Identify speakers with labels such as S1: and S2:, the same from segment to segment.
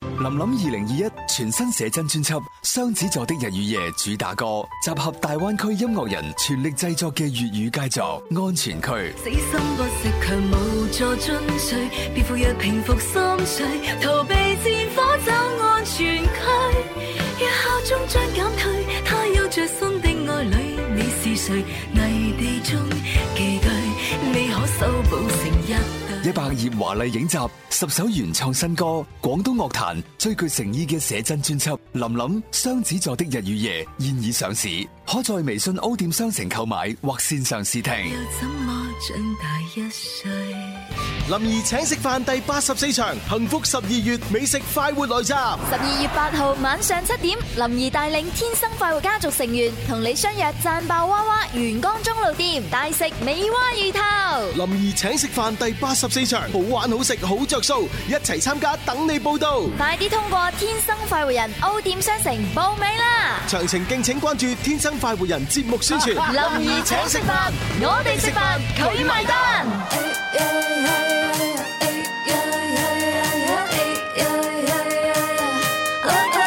S1: 林林二零二一全新寫真專輯《雙子座的日與夜》主打歌，集合大灣區音樂人全力製作嘅粵語佳作《安全區》。
S2: 死心不食強，無助進取，別赴若平復心緒，逃避戰火找安全區。若效忠將減退，他有着新的愛侶，你是誰？泥地中寄居，你可修補成一對。
S1: 一百頁華麗影集，十首原創新歌，廣東樂壇最具誠意嘅寫真專輯《林林雙子座的日與夜》現已上市，可在微信 O 店商城購買或線上試聽。
S2: 又怎麼長大一歲？
S3: 林兒請食飯第八十四場，幸福十二月美食快活來襲。
S4: 十二月八號晚上七點，林怡帶領天生快活家族成員同你相約讚爆娃娃元江中路店，大食美蛙魚頭。
S3: 林兒請食飯第八十四場，好玩好食好着數，一齊參加等你報到。
S4: 快啲通過天生快活人 O 店商城報名啦！
S3: 詳情敬請關注《天生快活人》節目宣傳。
S4: 林怡請食飯，我哋食飯，佢埋單。
S2: 天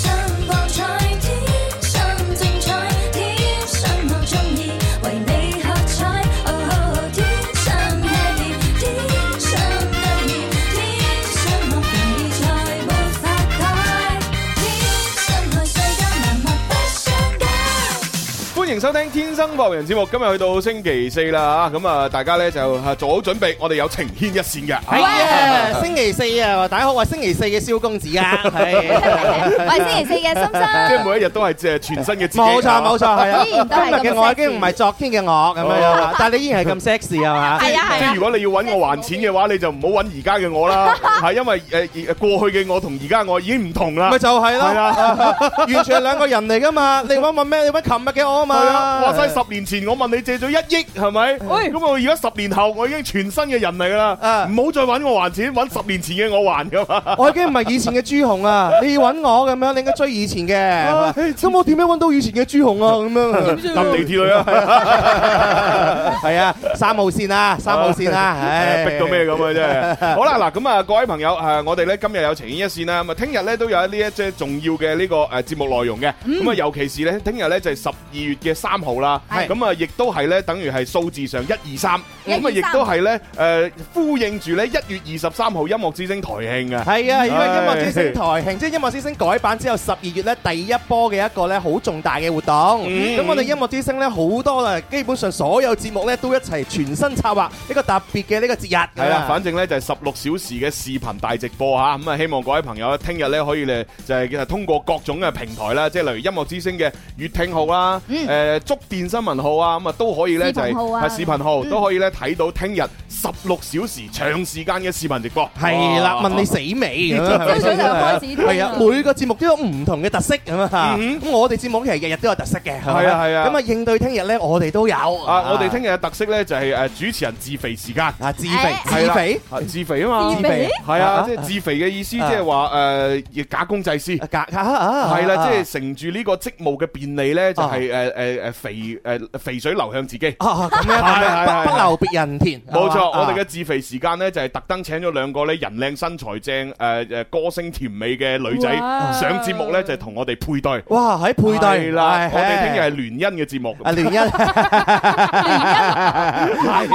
S2: 生博彩，天生精彩，天生我中意，為你喝彩。哦，天生 happy，天生得意，天生我容易才沒法改，天生愛世間萬物不相解。
S5: 歡迎收聽《天生浮人》節目，今日去到星期四啦吓，咁啊大家咧就啊做好準備，我哋有情牽一線嘅，
S6: 係啊，星期四啊，大家好，我係星期四嘅蕭公子 啊，係，
S4: 我係星期四嘅心
S5: 啊即係
S4: 心，
S5: 每一日都係即係全新嘅自己。
S6: 冇錯冇錯，係啊，
S4: 依然都係咁
S6: 今日嘅我已經唔係昨天嘅我咁樣樣啦，但係你依然係咁 sexy 啊嘛，
S4: 係啊
S5: 即
S4: 係
S5: 係
S4: 啊
S5: 如，果你要揾我還錢嘅話，你就唔好揾而家嘅 我啦，係因為誒而過去嘅我同而家我已經唔同啦
S6: 咪。就係
S5: 係
S6: 咯，
S5: 啊，
S6: 完全係兩個人嚟噶嘛，你揾揾咩？你揾琴日嘅我啊
S5: 係啊，
S6: 嘛，
S5: 話晒十年前我問你借咗一億係咪？咁啊我而家十年後我已經全新嘅人嚟㗎啦，
S6: 啊
S5: 唔好再揾我還錢，揾十年前嘅我還㗎嘛。
S6: 我已經唔係以前嘅朱紅啊，你要揾我咁樣，你應該追以前
S5: 唉
S6: 嘅，咁我點樣揾到以前嘅朱紅啊？咁樣
S5: 搭地鐵去啊，
S6: 係啊，三號線啊，三號線啊，唉，
S5: 逼到咩咁啊真係。好啦，嗱咁啊，各位朋友誒，我哋咧今日有情牽一線啦，咁啊，聽日咧都有呢一即係重要嘅呢個誒節目內容嘅。咁啊，尤其是咧，聽日咧就係十二月嘅三號啦。
S6: 係
S5: 咁啊，亦都係咧，等於係數字上一二三。
S4: 123
S5: 咁啊，亦都係咧誒，呼應住咧一月二十三號音樂之星台慶嘅。
S6: 係啊，因為音
S5: 唉
S6: 樂之星台慶，即係音樂之星改版之後，十二月咧第一波嘅一個咧好重大嘅活動。
S5: 嗯
S6: 咁我哋音樂之星咧好多啦，基本上所有節目咧都一齊全新策劃一個特別嘅呢個節日。
S5: 係啦，反正咧就係十六小時嘅視頻大直播嚇，咁啊希望各位朋友聽日咧可以咧就係通過各種嘅平台啦，即係例如音樂之星嘅粵聽號啦，
S6: 嗯
S5: 誒觸電新聞號啊，咁啊都可以咧就係
S4: 視頻號啊
S5: 係視頻號都可以咧睇到聽日十六小時長時間嘅視頻直播。
S6: 係啦，
S5: 哇
S6: 問你死未？朝
S7: 朝早就開始聽啦
S6: 係啊，每個節目都有唔同嘅特色咁啊。
S5: 嗯
S6: 咁我哋節目其實日日都有特色嘅。係咪
S5: 係啊係啊
S6: 咁啊，應對聽日咧，我哋都有。啊
S5: 啊！我哋聽日嘅特色咧就係誒主持人自肥時間，
S6: 啊自肥
S5: 係
S6: 自
S5: 啦
S6: 肥，
S5: 啊自肥啊嘛，
S7: 自肥
S5: 係啊，即係自肥嘅意思，即係話誒假公濟私。
S6: 格啊
S5: 係啦，即
S6: 係。
S5: 係乘住呢個職務嘅便利咧，就係誒誒誒肥誒肥水流向自己。
S6: 啊咁樣
S5: 係係係
S6: 不不留別人田。
S5: 冇錯，
S6: 啊
S5: 我哋嘅自肥時間咧就係特登請咗兩個咧人靚身材正誒誒歌聲甜美嘅女仔
S7: 哇
S5: 上節目咧，就同我哋配對。
S6: 哇！喺配對
S5: 係啦，我哋聽日係
S6: 係
S5: 聯姻嘅節目。
S6: 啊聯 姻，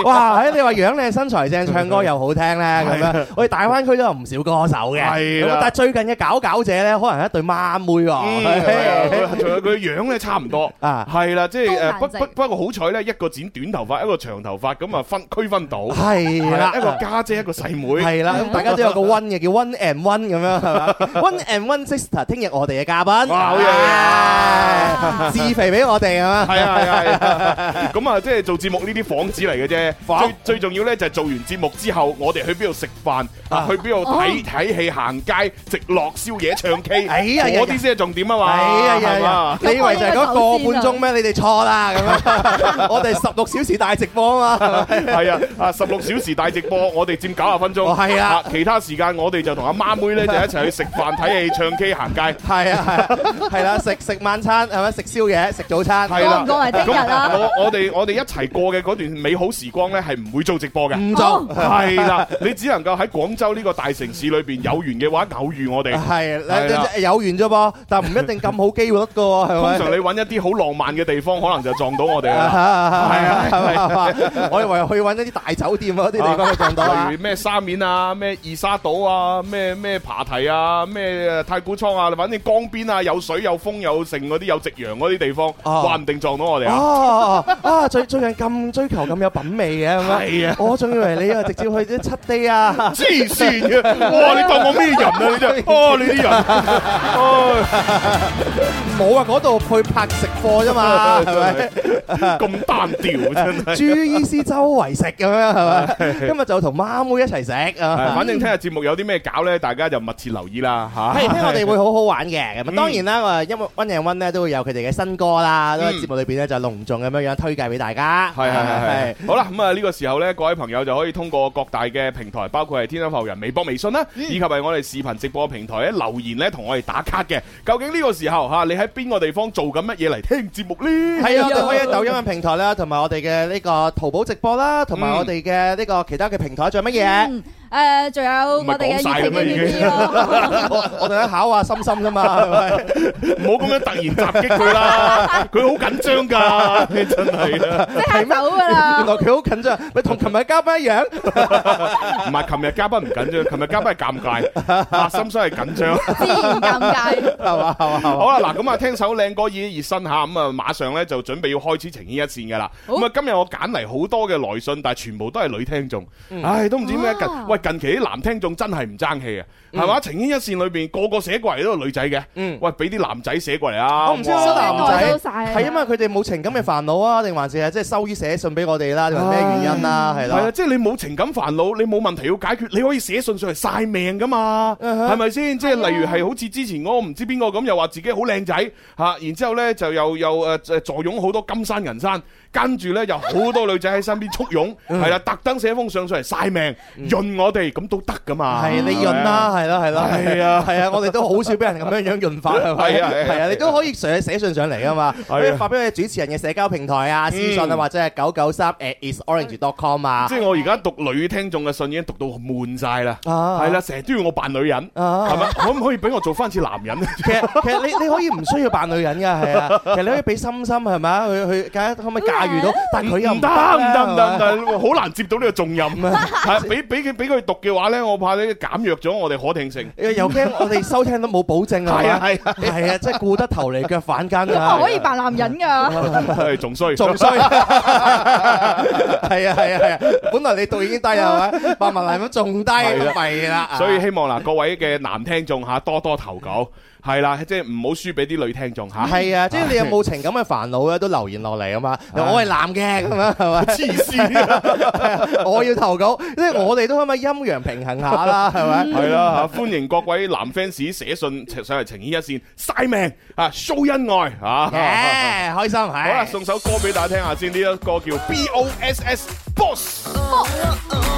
S6: 哇！喺你話樣靚身材正，唱歌又好聽咧，咁樣我哋大灣區都有唔少歌手嘅，
S5: 係啦
S6: 咁但係最近嘅搞搞者咧，可能係一對孖妹
S5: 嗯
S6: 喎，
S5: 佢仲有佢樣咧差唔多，
S6: 啊
S5: 係啦，即係誒
S7: 都
S5: 不
S7: 顏值
S5: 不不過好彩咧，一個剪短頭髮，一個長頭髮，咁啊分區分到，
S6: 係
S5: 係啦
S6: 啦，
S5: 一個家姐，一個細妹，
S6: 係啦，咁大家都有個 one 嘅叫 one and one 咁樣 係嘛，one and one sister，聽日我哋嘅嘉賓，
S5: 哇好嘢
S6: 嘢，自肥俾我哋啊嘛，
S5: 係啊係啊係啊， 咁啊即係做節目呢啲幌子嚟嘅啫，最最重要咧就係做完節目之後，我哋去邊度食飯啊，去邊度睇睇戲、行街、直落宵夜、唱 K，
S6: 哦 哎呀呀呀
S5: 嗰啲先係重點啊嘛，
S6: 哎呀呀呀！
S5: 係嘛
S6: 你以為就係嗰個半鐘咩？你你哋錯啦咁 樣。我哋十六小時大直播啊 嘛，係咪
S5: 系啊，啊十六小時大直播，我哋佔九十分
S6: 哦
S5: 鐘。
S6: 係啊
S5: 其他時間我哋就同阿媽妹咧就一齊去食飯、睇戲、唱 K、行街。
S6: 係啊係啊係啦，食食晚餐係咪？食宵夜，食早餐，
S5: 係啦，
S7: 過唔過嚟聽日啊
S5: 咁我我哋我哋一齊過嘅嗰段美好時光咧，係唔會做直播嘅。
S6: 唔做。
S5: 係啦，你只能夠喺廣州呢個大城市裏邊有緣嘅話，偶遇我哋。
S6: 係
S5: 係啦
S6: 誒有緣啫噃，但唔一定咁好機會率嘅喎，係
S5: 通
S6: 咪
S5: 常？ 你揾一啲好浪漫嘅地方，可能就撞到我哋啦。
S6: 啊
S5: 係啊
S6: 係啊我以為去揾一啲大酒店嗰啲地方去撞到啊
S5: 例如咩沙面啊、咩二沙島啊、咩咩琶堤啊、咩太古倉啊，反正江邊啊，有水有風有剩嗰啲有夕陽嗰啲地方，
S6: 哦
S5: 話唔定撞到我哋啊！
S6: 哦啊！最最近咁追求咁有品味嘅咁
S5: 係啊
S6: 我仲以為你啊直接去啲七 day 啊，
S5: 黐線嘅，哇！你當我咩人啊？你真係，哦，你啲人，唉
S6: 冇啊！嗰度去拍食貨啫 嘛，啊係咪？
S5: 咁單調真係。
S6: 朱醫師周圍食咁樣係咪？今日就同媽妹一齊食
S5: 係
S6: 啊！
S5: 反正聽日節目有啲咩搞咧，大家就密切留意啦嚇。
S6: 係，聽我哋會好好玩嘅。咁
S5: 嗯
S6: 啊當然啦，我因為温人温咧都會有佢哋嘅新歌啦，都喺
S5: 嗯
S6: 節目裏邊咧就隆重咁樣樣推介俾大家。
S5: 係係係係，好啦，咁啊呢個時候呢，各位朋友就可以通過各大嘅平台，包括係天生浮人微博、微信啦，以及係我哋視頻直播平台咧留言呢，同我哋打卡嘅。究竟呢個時候吓，你喺邊個地方做緊乜嘢嚟聽節目 呢？
S6: 係啊，我哋可以喺抖音嘅平台啦，同埋我哋嘅呢個淘寶直播啦，同埋
S5: 嗯
S6: 我哋嘅呢個其他嘅平台，仲有乜嘢？
S7: 誒，仲有我哋嘅熱情嘅粵語咯，
S6: 我我哋喺考下心心噶嘛，係咪？
S5: 唔好咁樣突然襲擊佢啦，佢好緊張 㗎，真係啊！
S7: 即刻走噶啦
S6: 原來！佢好緊張，咪同琴日嘉賓一樣。
S5: 唔係，琴日嘉賓唔緊張，琴日嘉賓係 尷尬，阿心心係緊張。
S7: 自然尷尬，
S6: 係嘛係嘛係嘛，
S5: 好啦，嗱咁啊，聽首靚歌熱熱身下，咁啊，馬上咧就準備要開始呈牽一線嘅啦。
S7: 好
S5: 咁啊，今日我揀嚟好多嘅來信，但係全部都係女聽眾，
S6: 嗯
S5: 唉，都唔知點解
S7: 啊
S5: 近喂近期啲男聽眾真係唔爭氣啊，係嘛？呈牽一線裏邊個個寫過嚟都係女仔嘅，
S6: 嗯
S5: 喂，俾啲男仔寫過嚟啊！
S6: 我唔知
S5: 哇
S6: 好多男
S7: 收
S6: 仔
S7: 晒啊
S6: 係因為佢哋冇情感嘅煩惱啊，定還是係即係羞於寫信俾我哋啦，定係咩原因啦？係
S5: 係啊，
S6: 啦，
S5: 即係你冇情感煩惱，你冇問題要解決，你可以寫信上嚟晒命噶嘛，
S6: Uh-huh
S5: 係咪先？即係例如係好似之前嗰個唔知邊個咁，又話自己好靚仔嚇，然之後咧就又又誒誒坐擁好多金山銀山，跟住咧又好多女仔喺身邊
S6: Uh-huh
S5: 簇擁，係啦，特登寫封信上嚟晒命，潤我哋咁都得噶嘛。
S6: 嗯係你潤啦，係啦，係啦，
S5: 係啊
S6: 係啊，我哋都好少俾人咁樣樣潤法， 係咪？
S5: 係啊係啊
S6: 係啊，你都可以寫寫信上嚟噶嘛，
S5: 啊
S6: 可以發俾我哋主持人嘅社交平台啊、私信啊，
S5: 嗯
S6: 或者係九九三 at isorange.com 啊
S5: 即。係我而家讀女聽眾嘅信已經讀到悶晒啦，
S6: 啊
S5: 係啦，成日都要我扮女人，
S6: 啊
S5: 係咪？可唔可以俾我做翻似男人？
S6: 其實其實你你可以唔需要扮女人㗎，係啊，其實你可以俾心心係咪啊？佢佢家可唔可以駕馭到？但係佢又
S5: 唔得唔得唔得唔
S6: 得啦。
S5: 得，好難接到呢個重任。係俾俾佢俾佢讀嘅話咧，我怕你減弱咗我哋可 聽性。
S6: 又又驚我哋收聽都冇保證啊！
S5: 係啊係啊
S6: 係啊，即係顧得頭嚟腳反間啊！
S7: 咁我可以扮男人㗎，
S5: 係仲衰，
S6: 仲 衰，係啊係啊係啊！本來你度已經低啦，係咪？百萬奶粉仲低，
S5: 係啦
S6: 弊啦！
S5: 所以希望嗱各位嘅男聽眾嚇多多投稿，係啦，即係唔好輸俾啲女聽眾嚇。
S6: 係啊，即係你有冇情感嘅煩惱咧，都留言落嚟啊嘛！我係男嘅咁樣係咪？
S5: 黐 線，
S6: 我要投稿，即係我哋都可唔可以陰陽平衡下啦？係咪？
S5: 係啦嚇，歡迎各位男 fans 寫信上嚟情牽一線，晒命啊，show 恩愛啊！
S6: 耶，開心
S5: 好
S6: 係。
S5: 啦，送首歌俾大家聽下先，呢一個叫 B O S S Boss。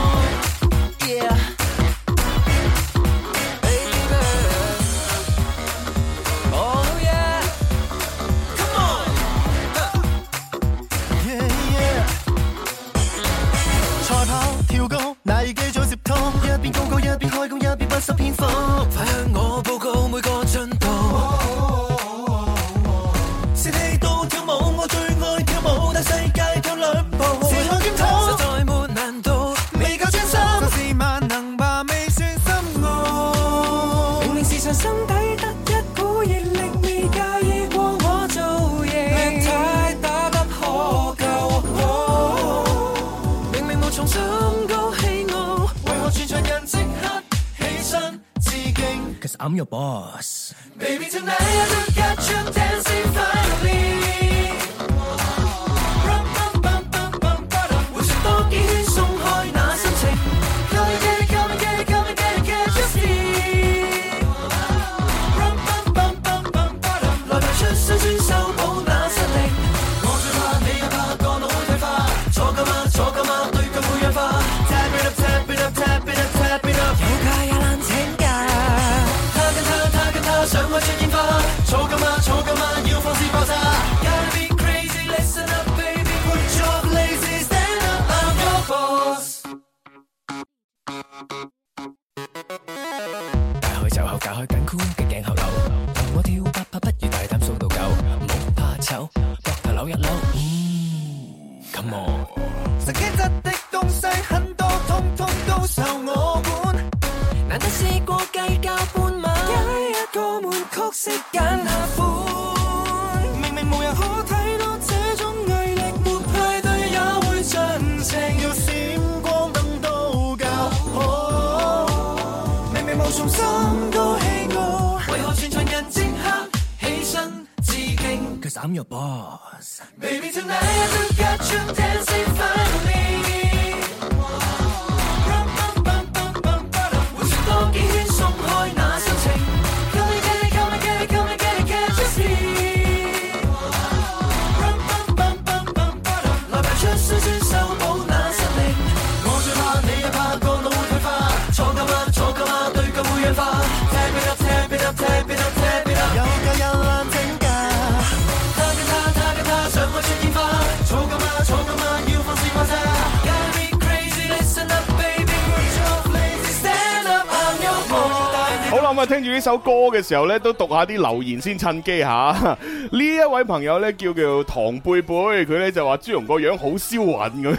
S8: Yeah, yeah 賽跑跳高，奶機早接通，一邊高歌一邊開工，一邊不修邊幅。快向我報告每個進度。士氣到跳舞，我最愛跳舞，但世界跳兩步。是我檢討，實在沒難度，未夠專心。就是萬能吧，未算深奧。明明時常心底得一股熱力，未介意過我做嘢。靚太打不可救。明明無從心高氣傲，為何全場人即刻起身致敬？Cause I'm your boss. Baby tonight I look at you dancing finally. Rum bum bum bum bum bada，回旋多幾圈鬆開那心情。Come and get it, come and get it, come and get it, can't you see? Rum bum bum bum bum bada，來排出雙穿修補那實力。
S9: 袖口，解開緊箍嘅頸後扭。我跳八拍，不如大膽數到九，唔好怕醜，膊頭扭一扭。Come on！
S8: 食天質的東西很多，通通都受我管。難得試過計較半晚，一個悶曲式揀下款。明明
S1: à
S8: 無人可睇到這種毅力，沒派對也會盡情，要閃光燈都夠好。明明無從心高氣傲，為何全場人即刻起身致敬？
S9: Cause I'm your boss。
S8: Baby, tonight I just got you dancing finally. Rum, bum, bum, bum, bum, ba-dum. 會轉多幾圈鬆開那心情。Come and get it, come and get it, come and get it, can't you see? Rum, bum, bum, bum, bum, ba-dum. 來吧，出酸酸手抱那實力。我最怕你也怕個腦會退化，闖夠啦，闖夠啦，對腳會氧化。Tap it up, tap it up, tap it up, tap it up。他跟他，他跟他，想我出煙花，吵㗎嘛，吵㗎嘛，要放肆爆炸。Gotta be crazy, listen up, baby, get your lazy, stand up, I'm your boy。
S5: 好啦，咁啊，聽住呢首歌嘅時候呢，都讀下啲留言先趁機吓。 呢一位朋友呢，叫叫唐貝貝，佢呢就話朱容個樣好銷魂咁，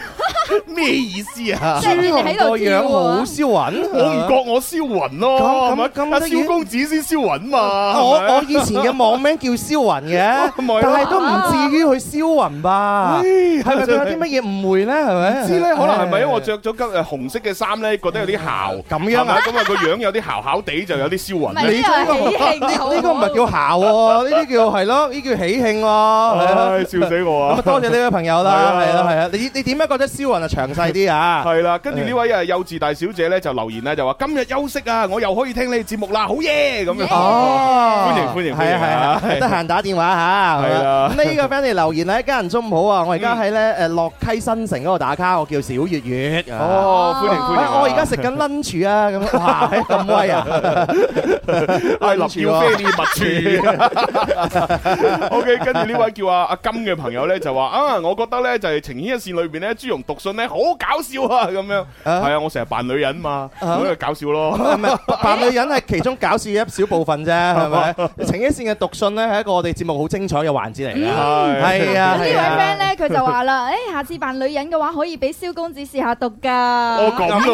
S5: 咩意思啊？
S7: 即係你哋喺度跳啊！
S6: 朱紅個樣好銷魂。
S5: 我唔覺我銷魂咯，
S6: 咁
S5: 係咪？
S6: 咁咁
S5: 阿
S6: 得意
S5: 蕭公子先銷魂嘛。
S6: 我-
S5: 啊係咪哦
S6: 我以前嘅網名叫銷魂嘅，
S5: 咪咯。
S6: 但係都唔至於去銷魂吧？係咪佢有啲乜嘢誤會呢？係咪？
S5: 知咧，可能係咪因為我着咗金誒紅色嘅衫咧，覺得有啲姣
S6: 咁樣啊
S5: 係咪咁啊個樣有啲姣姣地，就有啲銷
S7: 唔
S5: 魂
S7: 係呢
S5: 咧。
S7: 個喜 慶好，
S6: 呢個唔係叫姣喎，呢啲叫係咯，呢叫喜慶喎，
S5: 唉，笑死我
S6: 係啊。
S5: 啊！
S6: 咁啊，多謝呢位朋友啦，
S5: 係啊。
S6: 係啊，係啊。你-你點解覺得銷魂啊？詳細啲啊。
S5: 係啦，跟住呢位啊幼稚大小姐咧就留言咧就話今日休息啊，我又可以聽你哋節目啦，好嘢咁樣。
S6: 哦，
S5: 歡迎歡迎
S6: 係啊
S5: 歡迎
S6: 係啊
S5: 係
S6: 得閒打電話嚇，
S5: 係啊
S6: 咁呢個 friend 嚟留言咧，一家人中午好啊！我而家喺咧誒洛溪新城嗰度打卡，我叫小月月。啊
S5: 哦，歡迎歡
S6: 喂，
S5: 迎啊。
S6: 我而家食緊 lunch 啊，咁哇咁威 啊！
S5: 係林耀飛啲密 處。OK，跟住呢位叫啊阿阿金嘅朋友咧就話啊，我覺得咧就係情牽一線裏邊咧朱容讀信咧好搞笑啊咁樣。係啊，我成日扮女人嘛，
S6: 啊
S5: 咁就搞笑咯。
S6: 唔係扮女人係其中搞笑嘅一小部 分啫，係咪？情一線嘅讀信咧係一個我哋節目好精彩嘅環節嚟㗎。
S5: 係
S6: 係啊，
S7: 呢位
S6: 係啊
S7: friend 咧，佢就話啦：，誒，下次扮女人嘅話，可以俾蕭公子試下讀噶。
S5: 我咁啊咯，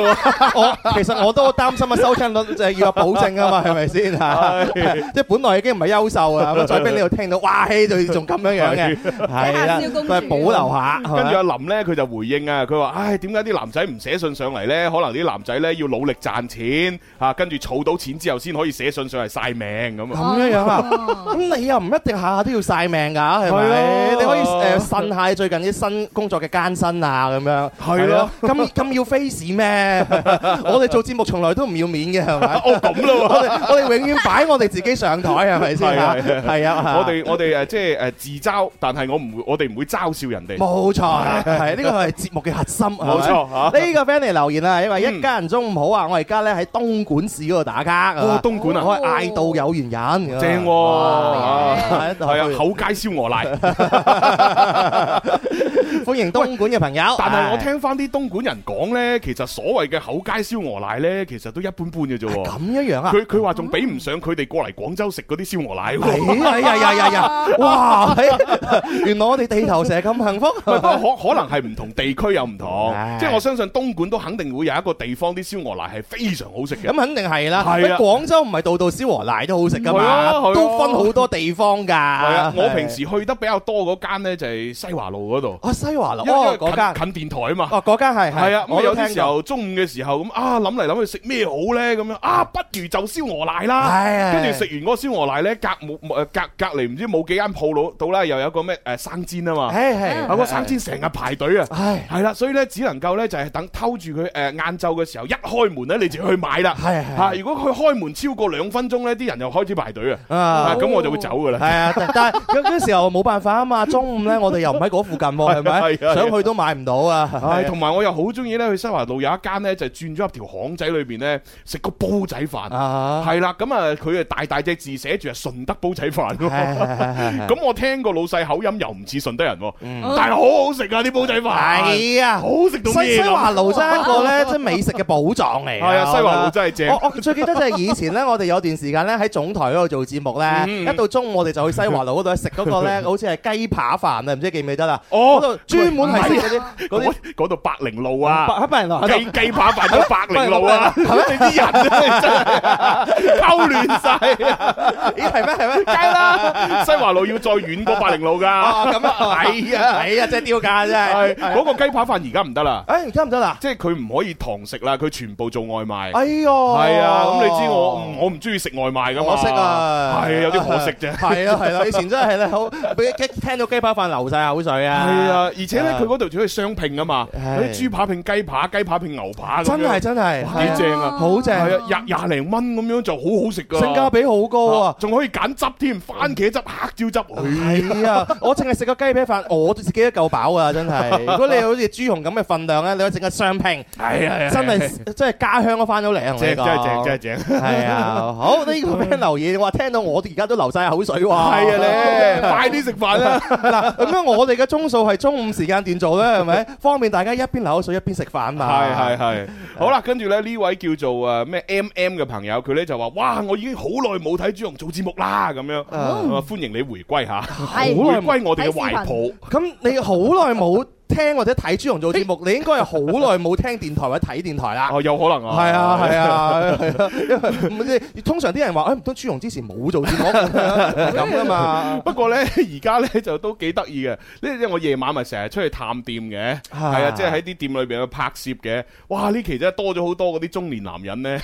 S6: 我其實我都好擔心啊，收聽率就係要有保證啊嘛， 係咪先嚇？即係本來已經唔係優秀啊，咁再俾你度聽到，哇嘿，就仲咁樣樣嘅，係啦，
S7: 睇下蕭
S6: 都
S7: 公主
S6: 係保留下，係
S5: 跟住
S6: 咪
S5: 阿林咧，佢就回應啊，佢話：，唉，點解啲男仔唔寫信上嚟咧？可能啲男仔咧要努力賺錢啊，跟住儲到錢之後先可以寫信上嚟晒 命咁啊。
S6: 咁樣樣 啊？咁你又唔一定下下都要晒命㗎，係
S5: 係
S6: 咪
S5: 啊？
S6: 你可以誒呻下最近啲新工作嘅艱辛啊，咁樣
S5: 係咯
S6: 係咁咁要 face 咩？ 我哋做節目從來都唔要面嘅，係咪？
S5: 哦，咁
S6: 我
S5: 咯喎。
S6: 哋我哋永遠擺我哋自己上台，係咪先
S5: 係
S6: 嚇
S5: 係係？
S6: 係啊，
S5: 我哋我哋誒呃即係誒自嘲，但係我唔會，我哋唔會嘲笑 人哋。
S6: 冇 錯，係呢個係節目嘅核心。
S5: 冇錯
S6: 係咪呢個 friend 嚟留言啦，因為一家人中午好啊，我而家咧喺東莞市嗰度打卡。
S5: 哦，東莞
S6: 我
S5: 啊，
S6: 係嗌到有緣人。
S5: 正喎，
S6: 哇
S5: 啊
S6: 係
S5: 係
S6: 啊
S5: 啊，口街燒鵝奶。
S6: 歡迎東莞嘅朋友。
S5: 但係我
S6: 係
S5: 聽翻啲東莞人講咧，其實所謂嘅口街燒鵝奶咧，其實都一般般嘅啫喎。
S6: 咁樣樣啊。
S5: 佢佢話仲比唔上佢哋過嚟廣州食嗰啲燒鵝奶喎。
S6: 哎呀呀 呀呀！哇，係原來我哋地頭蛇咁 幸福。
S5: 唔係不 過可可能係唔同地區有唔同
S6: 唉，
S5: 即係我相信東莞都肯定會有一個地方啲燒鵝奶係非常好食嘅
S6: 咁。肯定係啦。
S5: 係
S6: 喂
S5: 啊
S6: 廣州唔係度度燒鵝奶都好食噶
S5: 係
S6: 嘛
S5: 啊係，啊
S6: 都分好多地方㗎。係
S5: 係啊，我平時去得比較多嗰間咧就係西華路嗰度，
S6: 啊西華樓
S5: 因為因為
S6: 哦嗰間，
S5: 近近電台啊嘛。
S6: 哦嗰間係
S5: 係啊，
S6: 我
S5: 我
S6: 都
S5: 有
S6: 聽
S5: 啲時
S6: 過。
S5: 候中午嘅時候咁啊，諗嚟諗去食咩好咧咁樣啊，不如就燒鵝奶
S6: 係啊
S5: 啦。跟住食完嗰個燒鵝奶咧，隔冇冇隔隔離唔知冇幾間鋪佬到啦，又有個咩誒生煎啊嘛。
S6: 係，係，
S5: 啊！個生煎成日排隊啊，
S6: 唉
S5: 係啦，所以咧只能夠咧就係等偷住佢誒晏晝嘅時候一開門咧，你就去買啦。啊
S6: 係係
S5: 嚇如果佢開門超過兩分鐘咧，啲人又開始排隊啊。
S6: 啊
S5: 啊，咁我就會走噶啦。
S6: 係啊，但但係有啲時候冇辦法啊嘛，中午咧我哋又唔喺嗰附近喎，係咪？
S5: 係啊係啊
S6: 想去都買唔到啊
S5: 唉，。同埋我又好中意咧去西華路有一間咧，就轉咗入條巷仔裏邊咧食個煲仔飯。
S6: 啊，
S5: 係啦，咁啊佢啊大大隻字寫住係順德煲仔飯
S6: 係係係係係嗯
S5: 咁我聽個老細口音又唔似順德人喎，但係好好食啊啲煲仔飯。
S6: 係味啊！
S5: 好食到咩
S6: 西西
S5: 咁
S6: 華爐真係一個 咧，即係美食嘅寶藏嚟㗎。
S5: 係啊西華
S6: 我覺得
S5: 爐真係正
S6: 我我最記得就係以前咧，我哋有段時間咧喺總台嗰度做節目
S5: 嗯
S6: 咧，一到中午我哋就去西華爐嗰度食嗰個 咧，好似係雞扒飯啊，唔知記唔記得啦？
S5: 哦
S6: 嗰度專門係食嗰啲嗰啲
S5: 嗰嗰度百靈路哦啊，
S6: 白白人落喺
S5: 雞
S6: 度。
S5: 雞扒飯咗百靈路啊，你啲人啊真係溝亂晒。
S6: 咦係咩係咩？梗啦！
S5: 西華路要再遠過百靈路
S6: 哦
S5: 㗎，
S6: 咁啊，
S5: 係啊
S6: 係啊，真係丟架真
S5: 係
S6: 係。
S5: 嗰個雞扒飯而家唔得啦，
S6: 誒而家唔得啦！
S5: 即係佢唔可以堂食啦，佢全部做外賣。
S6: 哎呦，
S5: 係啊，咁你知我唔我唔中意食外賣㗎嘛，
S6: 可惜啊，
S5: 係有啲可惜啫。
S6: 係啊係啦，以前真係咧好，俾一聽到雞扒飯流晒口水啊！
S5: 係啊，而且咧佢嗰度仲可以雙拼啊嘛，
S6: 係
S5: 有啲豬扒拼雞扒，雞扒拼牛扒咁樣，
S6: 真係真係，
S5: 哇
S6: 係啊
S5: 幾正啊！
S6: 好正，
S5: 係啊，廿廿零蚊咁樣就好好食㗎。
S6: 性價比好高啊！哎
S5: 仲可以揀汁添，番茄汁、黑椒汁，
S6: 係啊，我淨係食個雞髀飯，我自己都夠飽啊！ 真係，如果你好似朱紅咁嘅份量咧，你可以整個雙拼，
S5: 係啊，
S6: 真係真係家鄉都翻到嚟啊！
S5: 正，真係正，真係正。
S6: 係啊！好呢 個 friend 留言話聽到我而家都流晒口水喎，係
S5: 係 啊，咧快啲食飯啦！
S6: 嗱，咁樣我哋嘅鐘數係中午時間段做咧，係 咪方便大家一邊流口水一邊食飯嘛？
S5: 係係係，好啦，跟住咧呢位叫做誒咩 M M 嘅朋友，佢咧就話：哇，我已經好耐冇睇朱紅做節目啦，咁樣，咁啊歡迎你回歸嚇，回歸我哋嘅懷抱。
S6: 咁你好耐冇聽或者睇朱紅做節目，你應該係好耐冇聽電台或者睇電台啦。
S5: 哦，有可能啊，
S6: 係啊係啊係啊，因為唔知通常啲人話，哎誒唔通朱紅之前冇做 節目咁噶嘛？
S5: 不過咧， 而家咧就都幾得意嘅，呢因為我夜晚咪成日出去探店嘅，
S6: 啊
S5: 係啊，即係喺啲店裏邊去拍攝嘅。哇！呢期真係多咗好多嗰啲中年男人咧，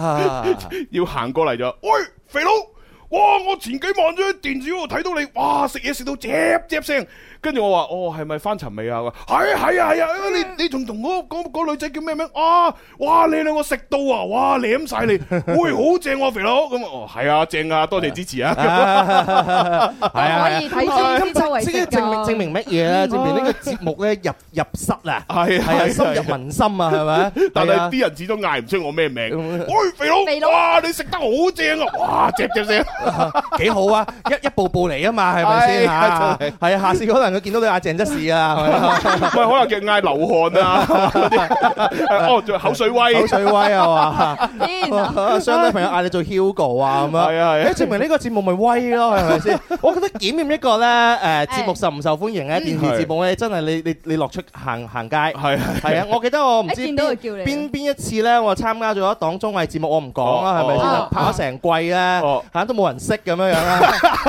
S6: 啊
S5: 要行過嚟就，喂，肥佬！哇！我前幾晚啫電視嗰度睇到你，哇！食嘢食到啫啫聲，跟住我話：哦，係咪翻尋味啊？佢話係啊係啊係啊！
S6: 嗯
S5: 你你仲同嗰嗰嗰女仔叫咩名啊？哇！你兩個食到啊！哇！舐晒 你，喂，好正喎，肥佬！咁哦，係啊，正啊，多謝 支持啊！
S6: 係啊
S7: 可以睇中啲周圍
S6: 即係
S7: 食
S6: 證
S7: 㗎。嗯
S6: 明證
S7: 哦
S6: 明乜嘢咧？證明呢個節目咧入入室啊，係
S5: 係啊
S6: 啊，
S5: 係啊
S6: 深入民心啊，係咪？
S5: 但係
S6: 係啊
S5: 啲人始終嗌唔出我咩名。
S6: 嗯
S5: 喂，肥佬，
S7: 肥佬
S5: 哇，你食得好正 啊！哇，隻隻聲。
S6: 幾好啊！一一步步嚟啊嘛，係咪先
S5: 係
S6: 嚇？
S5: 哎真係
S6: 係啊，下次可能佢見到你阿鄭則仕 啊，係咪啊
S5: 喂，可能叫嗌流汗啊， 嗰啲哦，仲有口水威。
S6: 口水威啊
S7: 天啊
S6: 嘛，相低朋友嗌你做 Hugo 啊咁樣，
S5: 係啊係啊
S6: 誒證明呢個節目咪威咯，係咪 先？我覺得檢驗一個咧誒節目受唔受歡迎咧，電視節目咧真係你你你落出行行街
S5: 係係
S6: 係啊！我記得我唔知
S7: 一見到
S6: 邊
S7: 佢叫你
S6: 邊邊一次咧，我參加咗一檔綜藝節目，我唔講啦，
S5: 哦
S6: 係咪
S5: 哦
S6: 先？拍咗成季咧
S5: 哦，
S6: 嚇都冇人識咁樣樣 啦。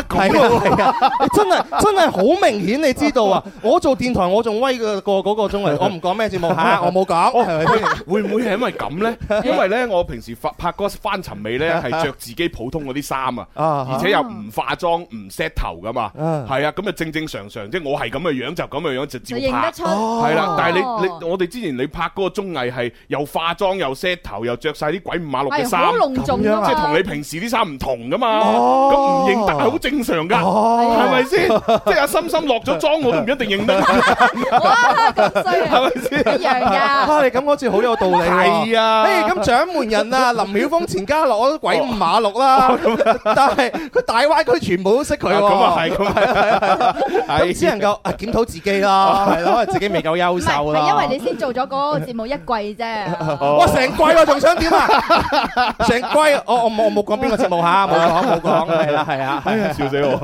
S6: 係啊係啊，真係真係好明顯，你知道啊！我做電台我仲威過嗰個綜 藝，我唔講咩節目
S5: 哦
S6: 嚇，我冇講，係咪先？
S5: 會唔會係因為咁咧？ 因為咧，我平時發拍嗰個翻尋味咧，係着自己普通嗰啲衫啊，
S6: 啊
S5: 而且又唔化妝、唔 set 頭噶嘛，
S6: 啊
S5: 係啊，咁啊正正常常，即係我係咁嘅樣就咁嘅樣
S7: 就
S5: 就照
S7: 認
S5: 拍
S7: 得。出，
S5: 係
S7: 係
S5: 啦，但係你你我哋之前你拍嗰個綜藝係又化妝又 set 頭又着晒啲鬼五馬六嘅
S7: 係
S5: 衫，
S7: 好隆重
S6: 咁樣
S7: 㗎
S6: 啊
S7: 嘛，
S5: 即係同你平時啲衫唔同噶嘛，咁唔
S6: 哦
S5: 認得係好正常噶，
S6: 哦
S5: 係啊 咪先？即係阿心心落咗妝，我都唔一定認得，
S7: 哇咁衰啊，
S5: 係咪先？
S7: 一樣 㗎，
S6: 啊！你咁好似好有道理喎。
S5: 係啊
S6: 誒咁掌門人 啊，林曉峰、錢嘉樂我都鬼五馬六啦。但係佢大灣區全部都識佢喎。
S5: 咁哦啊係，咁啊係，
S6: 咁只能夠啊檢討自己啦，係咯，自己未夠優
S7: 唔係
S6: 秀啦。
S7: 係因為你先做咗嗰個節目一 季啫。
S6: 哇成季我仲想點啊？ 成季我我冇我冇講邊個節目 嚇，冇講冇講，係啦 係啊。
S5: 哎呀，笑死我！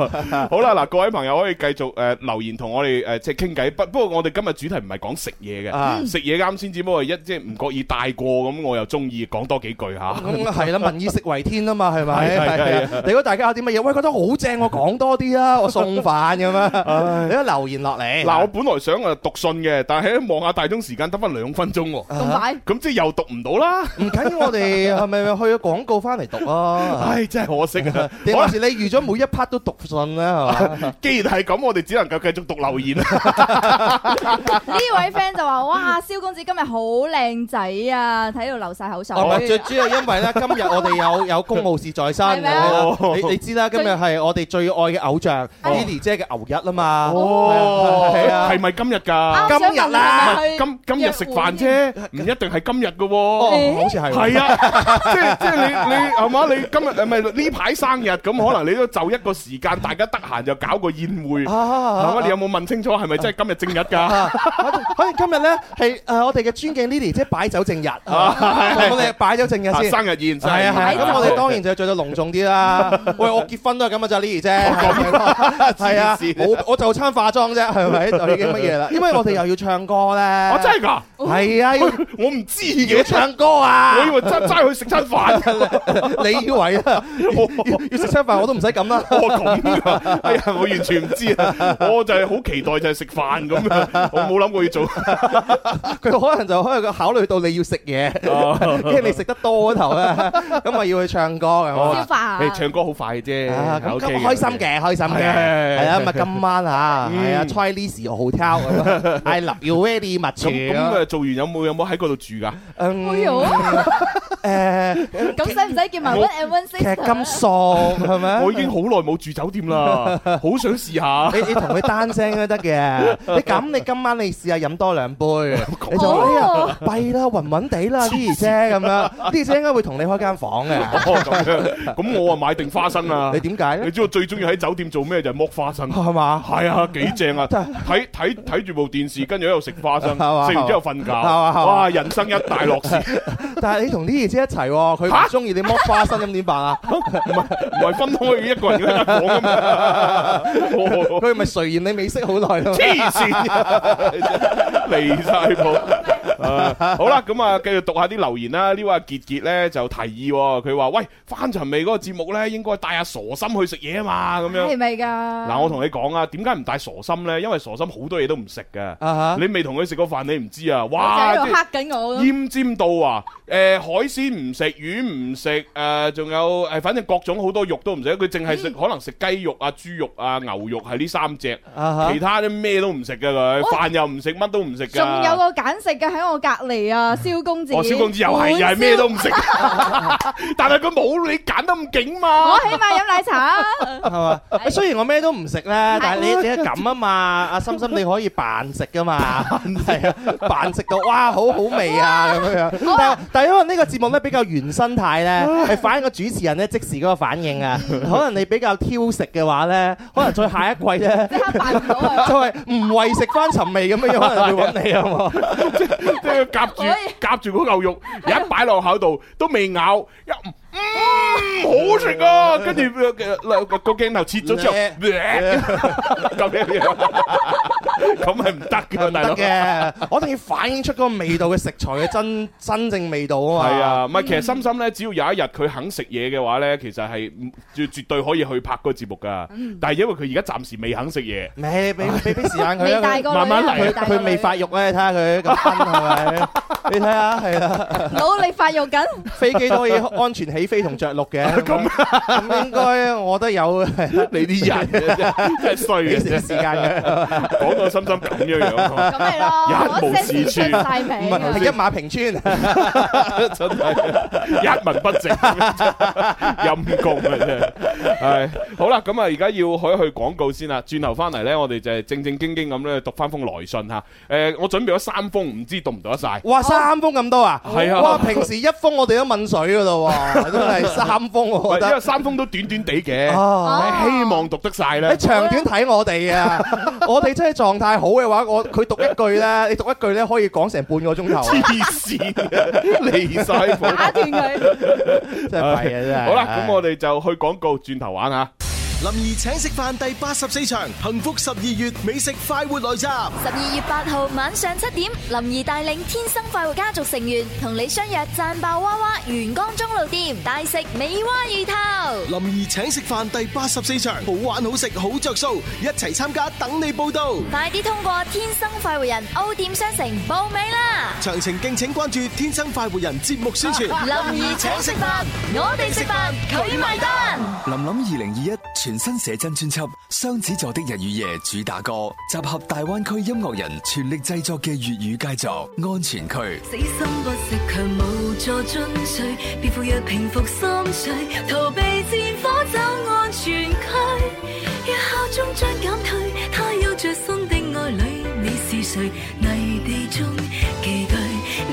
S5: 好啦，嗱，各位朋友可以繼續誒留言同我哋誒即係傾偈。不不過我哋今日主題唔係講食嘢
S6: 啊
S5: 嘅，食嘢啱先只不過係一即係唔覺意帶過咁，我又中意講多幾句 嚇。
S6: 咁係啦，民以食為天啊嘛，係咪？
S5: 係係係
S6: 係啊！如果大家有啲乜嘢，喂覺得好正，我講多啲啦，我送 飯咁樣，你都留言落嚟。
S5: 嗱，我本來想誒讀信嘅，但係咧望下大鐘時間得翻兩分鐘喎，
S7: 咁快？
S5: 咁即係又讀唔到啦。
S6: 唔緊要，我哋係咪去咗廣告翻嚟讀 啊？
S5: 唉，真係可惜 啊！
S6: 定
S5: 好
S6: 還
S5: 啦
S6: 是你預咗每一 part 都讀信咧？係嘛？
S5: 既然係咁，我哋只能夠繼續讀留言啦。
S7: 呢位 friend 就話：哇，蕭公子今日好靚仔啊，睇到流晒口水。
S6: 哦唔係，最主要因為咧，今日我哋有有公務事在身
S7: 係咪啊
S5: 哦，
S6: 你你知啦，今日係我哋最愛嘅偶像 Lily 姐嘅牛日啊嘛。
S5: 哦，
S6: 係啊
S5: 係咪今日㗎？
S7: 啱想問
S6: 今日啦
S7: 係咪去
S5: 今今日食飯啫，唔一定係
S6: 哦
S5: 今日㗎喎。啊
S6: 哦，好似係喎。
S5: 係啊，即係即係你你係嘛？你今日誒咪呢排晒生日，咁可能你都就一個時間，大家得閒就搞個宴會。啊係咪你有冇問清楚係咪真係今日正日㗎？
S6: 啊！可能今日咧係誒我哋嘅尊敬 Lily 即係擺酒 正日，係嘛
S5: 啊係
S6: 我哋擺酒正日
S5: 啊
S6: 先。
S5: 生日宴，
S6: 係啊係啊，咁我哋當然就要做到隆重啲啦。 喂，我結婚都係咁嘅咋，Lily 啫。係啊
S5: 哦黐，線
S6: 我我就餐化妝啫，係咪就已經乜 嘢啦？因為我哋又要唱歌咧。
S5: 哦我真係㗎，
S6: 係啊，要
S5: 我唔知
S6: 要
S5: 嘅，
S6: 唱歌啊！
S5: 我以為真齋去食餐飯。
S6: 你以為啊？要要食餐飯我都唔使咁啦。
S5: 我咁㗎哎呀，我完全唔知啊！我就係好期待就係食飯咁樣，我冇諗過要做。
S6: 佢可能就可能佢考慮到你要食嘢，跟住你食得多嗰頭咧，咁咪要去唱歌咁啊
S5: 哦
S7: 消 化
S5: 誒，唱歌好快啫，
S6: 啊，咁
S5: OK
S6: 咁開心。嘅，開心嘅，
S5: 係
S6: 係啊，咁啊，今晚啊，
S5: 嗯
S6: 係啊，Chinese hotel 咁啊，I love you very
S5: 咁
S6: much
S5: 咁誒，做完有冇有冇喺嗰度住㗎？
S6: 嗯
S7: 哎呦
S6: 誒，
S7: 咁使唔使結埋
S5: 我
S7: one and one
S6: 其實
S7: sister？
S6: 咁傻係咪？
S5: 我已經好耐冇住酒 店啦，好想試下。
S6: 你你同佢單聲都得 嘅，你咁你今晚你試下飲多兩杯，
S5: 啊
S6: 你就哎
S7: 哦
S6: 呀弊啦，暈暈地啦，Lily 姐咁 樣，Lily 姐應該會同你開間房嘅，
S5: 哦咁樣，咁我啊買定花生啦
S6: 你。點解
S5: 你
S6: 咧？
S5: 知我最中意喺酒店做咩就係剝花生。
S6: 係嘛？
S5: 係啊，幾正啊！
S6: 真係啊
S5: 睇睇睇住部電視，跟住喺度食花生，食
S6: 係嘛
S5: 完之後瞓覺。
S6: 係嘛係嘛
S5: 哇！人生一大樂 事，
S6: 但係你同 Lily 姐一齊喎，佢
S5: 嚇
S6: 唔中意你剝花生咁點辦啊？
S5: 唔係唔係分開嘅，一個人喺間房咁 樣。 哦我
S6: 佢咪垂涎你美色好耐咯。
S5: 黐線嘅，離晒譜。啊好啦，咁啊，繼續讀下啲留言啦。呢位阿傑傑咧就提議喎，佢話：喂，翻尋味嗰個節目咧，應該帶阿傻心去食嘢啊嘛，咁樣。
S7: 係咪㗎？
S5: 嗱，我同你講啊，點解唔帶傻心咧？因為傻心好多嘢都唔食嘅。
S6: 啊哈
S5: 你未同佢食過飯，你唔知啊！哇，
S7: 就喺度
S5: 即係
S7: 黑緊我咯。
S5: 奄尖到啊！誒，海鮮唔食，魚唔食，誒，仲有誒，反正各種好多肉都唔食。佢淨係
S7: 嗯
S5: 食可能食雞肉啊、豬肉啊、牛肉係呢三隻。
S6: 啊哈
S5: 其他啲咩都唔食嘅佢，
S7: 哦
S5: 飯又唔食，乜都唔食
S7: Uh-huh。仲
S5: 噶。
S7: 有個揀食嘅喺我隔離啊，蕭公子。
S5: 哦，小公子又係
S7: 碗
S5: 又係咩
S7: 燒
S5: 都 唔食，但係佢冇你揀得咁勁嘛
S7: 我。起碼飲奶茶。
S6: 係嘛？ 哎雖然我咩都唔食咧，但係你你係咁啊嘛，阿心心你可以扮食噶 嘛，係啊，扮食到哇好好味啊咁樣樣。但係但係因為呢個節目咧比較原生態咧， 係反映個主持人咧即時嗰個反應啊。可能你比較挑食嘅話咧，可能再下一季 咧
S7: 即。刻扮唔到啊！
S6: 就係唔為食翻尋味咁樣樣，可能會揾你啊嘛。
S5: 即係夾住
S7: 可以
S5: 夾住嗰 嚿肉，一擺落口度都未咬，一嗯好食 啊！跟住個個個個鏡頭切咗之後，
S6: 咧
S5: 咁樣樣， 咁係唔得
S6: 係
S5: 㗎，
S6: 唔
S5: 大佬
S6: 得。嘅，我一定要反映出嗰個味道嘅食材嘅真真正味道啊嘛。
S5: 係啊，唔係其實心心咧，只要有一日佢肯食嘢嘅話咧，其實係唔絕絕對可以去拍嗰個節目噶。但係因為佢而家暫時未肯食嘢，
S6: 咪，俾俾俾時間佢
S7: 未
S6: 啦。
S7: 大
S6: 佢
S7: 個
S5: 慢慢嚟
S6: 佢
S7: 大個女
S6: 佢未發育咧，睇下佢咁分係咪？ 你睇下係啦，
S7: 努力發育緊，
S6: 飛機都可以安全起飛同着陸 嘅。咁咁應該我覺得有
S5: 啊你啲人 真係衰
S6: 幾
S5: 嘅
S6: 時
S5: 啫
S6: 時，間嘅，
S5: 講到心心咁樣樣，
S7: 咁咪咯，
S5: 一無
S7: 我
S5: 是
S7: 出
S5: 處
S7: 晒
S6: 唔
S7: 名
S6: 係係一
S7: 啊！
S6: 馬平川。
S5: 真係一文不值， 陰公啊真係。係好啦，咁啊，而家要去一去廣告先啦。轉頭翻嚟咧，我哋就係正正經經咁咧讀翻封來信吓。誒，我準備咗三封，唔知讀唔讀得晒。
S6: 哇，三封咁多啊！
S5: 係啊
S6: 哇，平時一封我哋都問水噶咯喎，真係三封我覺
S5: 因為
S6: 得。
S5: 三封都短短地嘅。
S6: 啊！
S5: 希望讀得晒
S6: 你
S5: 咧。
S6: 長短睇我哋啊！我哋真係狀態好嘅話，我佢讀一句咧，你讀一句咧可以講成半個鐘頭啊，
S5: 黐線嘅，離晒
S7: 打
S5: 譜。
S7: 斷佢，
S6: 真係弊啊！真係。
S5: 好啦，咁我哋就去廣告，轉頭玩下。
S3: 林怡請食飯第八十四場，幸福十二月美食快活來襲。
S4: 十二月八號晚上七點，林怡帶領天生快活家族成員同你相約赞爆娃娃元江中路店，大食美蛙鱼头。
S3: 林怡請食飯第八十四場，好玩好食好着數，一齊參加等你報到。
S4: 快啲通過天生快活人 O 店商城報名啦！
S3: 詳情敬請關注《天生快活人》節目宣傳。
S4: 林兒請食飯，我哋食飯，佢埋單。
S1: 林林二零二一全新寫真專輯《雙子座的日與夜》主打歌，集合大灣區音樂人全力製作嘅粵語佳作《安全區》。
S2: 死心不息，卻無助進取，別赴約平復心緒，逃避戰火走安全區。若效忠將減退，他有着新的愛侶，你是誰？泥地中寄居，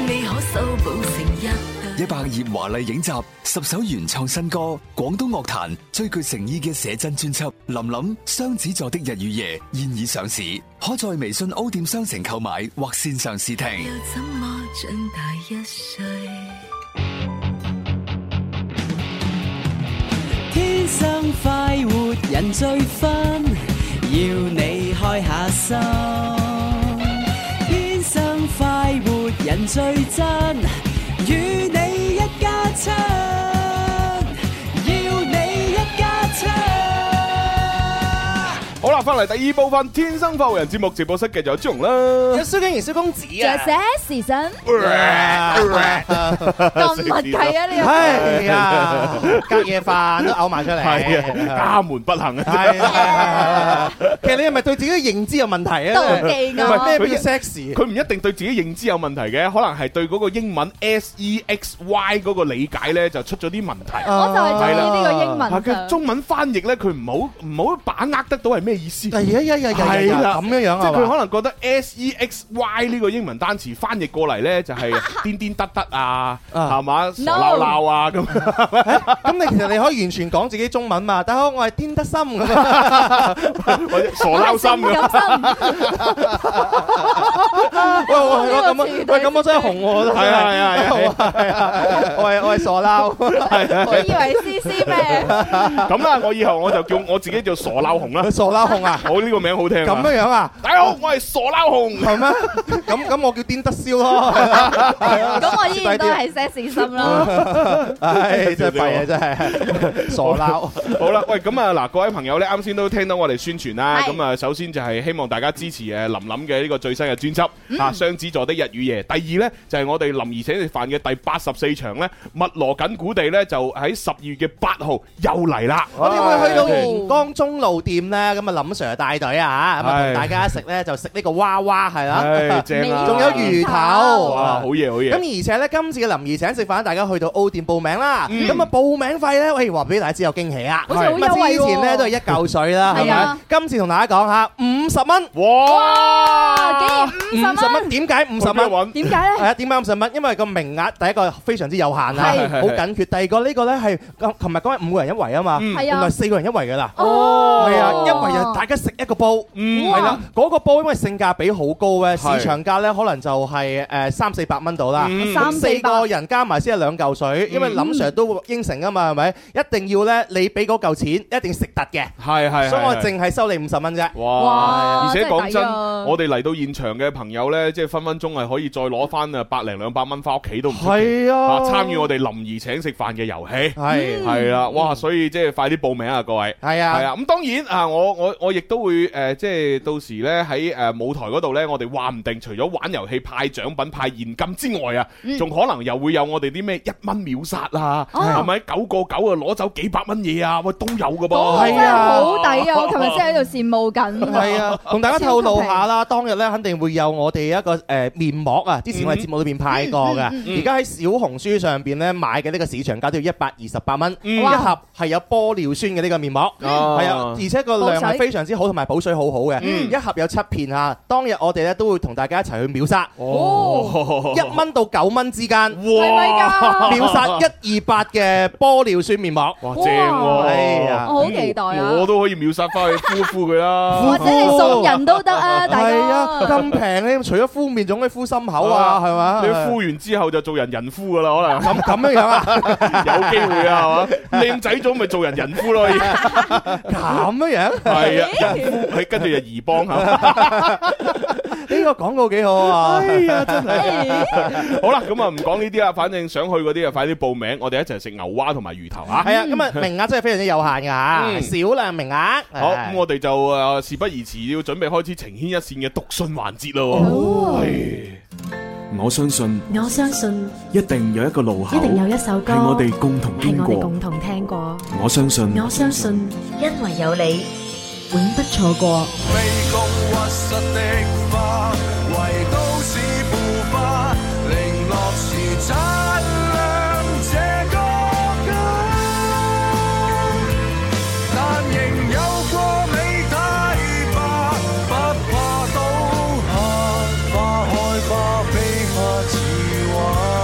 S2: 你可修補成一對。
S1: 一者百葉華麗影集十首原創新歌，廣東樂壇最具誠意嘅寫真專輯《林林雙子座的日與夜》現已上市，可在微信 O 店商城購買或線上試聽。
S10: 要怎麼長大一歲？
S11: 天生快活人最 fun，要你開下心。天生快活人最真，與你一家親，要你一家親。
S5: 好啦，翻嚟第二部分《天生快活人》節目直播室嘅就有朱紅啦，
S6: 有蕭敬仁、蕭公子
S7: 着寫時 陣，
S6: 啊
S7: 咁默契啊呢個
S6: 哎 呀，隔夜飯都嘔埋出嚟。
S5: 係啊，家門不幸啊！
S6: 係啊係啊其實你係咪對自己嘅認知有問題啊？
S7: 妒忌
S5: 唔係
S7: 我，
S6: 咩
S5: 佢
S6: 叫 sexy？
S5: 佢唔一定對自己認知有問題嘅，可能係對嗰個英文 S E X Y 嗰個理解咧就出咗啲問題。
S7: 我就係中意呢個英
S5: 啊，
S7: 文
S5: 佢
S7: 就。
S5: 中文翻譯咧，佢唔好唔好把握得到係咩意思。
S6: 哎呀呀呀呀
S5: 係
S6: 呀
S5: 啦
S6: 呀！咁樣樣
S5: 即
S6: 啊
S5: 係佢
S6: 嘛？
S5: 可能覺得 S E X Y 呢個英文單詞翻譯過嚟 咧，就係癲癲得得啊，係嘛傻鬧鬧啊咁。
S6: 咁 你其實你可以完全講自己中文嘛？大家好，我係天德心 咁樣。
S5: 或者傻撈心
S7: 咁
S5: 咁。
S7: 呢個
S6: 喂喂喂，咁喂
S7: 詞
S6: 咁我真係紅喎，真
S5: 係啊係啊係
S6: 係
S5: 啊
S6: 啊，我係我係傻撈，
S7: 我以為 C C 咩？
S5: 咁啦，我以後我就叫我自己做傻鬧 紅啦。
S6: 傻撈紅啊，
S5: 我呢個名好聽啊。
S6: 咁樣樣啊，
S5: 大家好，我係傻撈紅。
S6: 係咩？咁咁我叫癲德燒咯，
S7: 咁我依然都係寫時心咯。
S6: 唉真係弊啊真係，傻撈。
S5: 好啦，喂，咁啊嗱，各位朋友咧，啱先都聽到我哋宣傳啦。
S7: 係
S5: 咁啊，首先就係希望大家支持誒林林嘅呢個最新嘅專輯啊《雙子座的日與夜》。第二呢，就係我哋林兒請食飯嘅第八十四場呢，密羅緊古地呢，就喺十二月嘅八號又嚟啦。
S6: 我哋會去到沿江中路店咧，咁啊林 Sir 帶隊啊，咁啊同大家一食咧就食呢個娃娃係
S5: 唉，
S6: 啦，
S5: 正啊！
S6: 仲有魚頭，
S5: 哇，好嘢好嘢
S6: 咁。而且咧，今次嘅林兒請食飯，大家去到 O 店報名啦。咁啊，報名費咧，喂，話俾大家知有驚喜啊！
S7: 好似好優惠喎
S6: 之前咧都係一嚿水啦，係
S7: 係
S6: 咪
S7: 啊？
S6: 今次同大家講下，五十蚊，
S5: 哇！
S7: 竟然五十蚊，
S6: 點解五十
S5: 去邊度
S6: 蚊
S5: 揾？
S7: 點解
S6: 係
S7: 咧？
S6: 啊，點解五十蚊？因為個名額第一個非常之有限啊，
S5: 係
S6: 好緊缺。第二個呢個咧係，咁琴日講係五個人一圍啊嘛，
S5: 嗯
S7: 係
S6: 原
S7: 啊
S6: 來四個人一圍噶啦。
S7: 哦
S6: 係啊，一圍就大家食一個煲，
S5: 嗯
S6: 係啦，嗰個煲因為性價比好高咧，
S5: 係
S6: 市場價咧可能就係誒三四百蚊到啦。
S5: 嗯
S6: 咁
S7: 三
S6: 四
S7: 四百
S6: 個人加埋先係兩嚿水，因為林 Sir 都應承啊嘛，係咪？一定要咧，你俾嗰嚿錢一定食突嘅，
S5: 係係，
S6: 所以我
S5: 係
S6: 淨係收你五十蚊啫。
S5: 哇！
S7: 哇
S5: 而且講真，
S7: 真係抵啊
S5: 我哋嚟到現場嘅朋友呢，即係分分鐘係可以再攞翻啊百零兩百蚊翻屋企都唔出奇
S7: 哦
S6: 係啊
S5: 啊！參與我哋林兒請食飯嘅遊戲。
S7: 嗯
S6: 係
S5: 係啦，哇！所以即係快啲報名啊，各位。
S6: 係
S5: 係
S6: 啊，
S5: 啊，咁當然啊，我我我亦都會誒，即係到時呢，喺誒舞台嗰度呢，我哋話唔定除咗玩遊戲派獎品派現金之外啊，
S7: 嗯
S5: 仲可能又會有我哋啲咩一蚊秒殺啊，
S7: 哦
S5: 係咪九個九啊攞走幾百蚊嘢啊？喂，都有噶
S7: 哦，
S5: 噃。
S7: 真係好抵啊！我琴日先喺度羨慕緊。
S6: 係啊，同大家透露下啦，當日咧肯定會有我哋一個誒面膜啊，之
S5: 嗯
S6: 前我哋節目裏邊派過嘅，而家喺小紅書上邊咧買嘅呢個市場價都要一百二十八蚊，一盒係有玻尿酸嘅呢個面膜，
S5: 嗯哦嗯
S6: 係啊，而且個量係非常之好，同埋補水好好嘅，一盒有七片啊。當日我哋咧都會同大家一齊去秒殺，
S5: 哦，
S6: 一蚊到九蚊之間
S7: 係咪
S5: 哇！
S7: 㗎？
S6: 秒殺一二八嘅玻尿酸面膜，
S5: 哇，
S7: 哇
S5: 正喎！
S6: 哎呀
S7: 我好期待啊！
S5: 我都可以秒殺翻去呼呼佢啦
S7: 或。者你送人都得啊，大
S6: 係啊，
S7: 家。
S6: 咁平咧，除咗敷面，仲可以敷心口啊，係嘛？
S5: 你呼完之後就做人人夫噶啦，
S6: 咁咁樣樣啊？
S5: 可能有機會啊，係嘛？ 靚仔咗咪做人人夫 咯，係
S6: 咁樣 樣，
S5: 啊，人夫，係跟住就怡幫嚇。
S6: 呢個廣告幾好啊！
S5: 好啦，咁啊唔講呢啲啦，反正想去嗰啲啊，快啲報名，我哋一齊食牛蛙同埋魚頭啊！
S6: 係啊，咁啊名額真係非常之有限㗎嚇，
S5: 嗯
S6: 少量名額。
S5: 好，
S6: 係
S5: 咁我哋就誒事不宜遲，要準備開始情牽一線嘅讀信環節咯喎。係
S12: 我相信
S10: 我相信
S12: 一定有一個路口，
S10: 一定有一首歌
S12: 係我哋共同
S10: 係
S12: 經
S10: 我哋
S12: 過。
S10: 共同聽過。
S12: 我相信
S10: 我相信，因為有你，永不錯過。
S8: 卑躬屈膝的花，為都市腐化，零落時擦亮這個家。但仍有過美太吧，不怕倒下，花開花飛花似畫。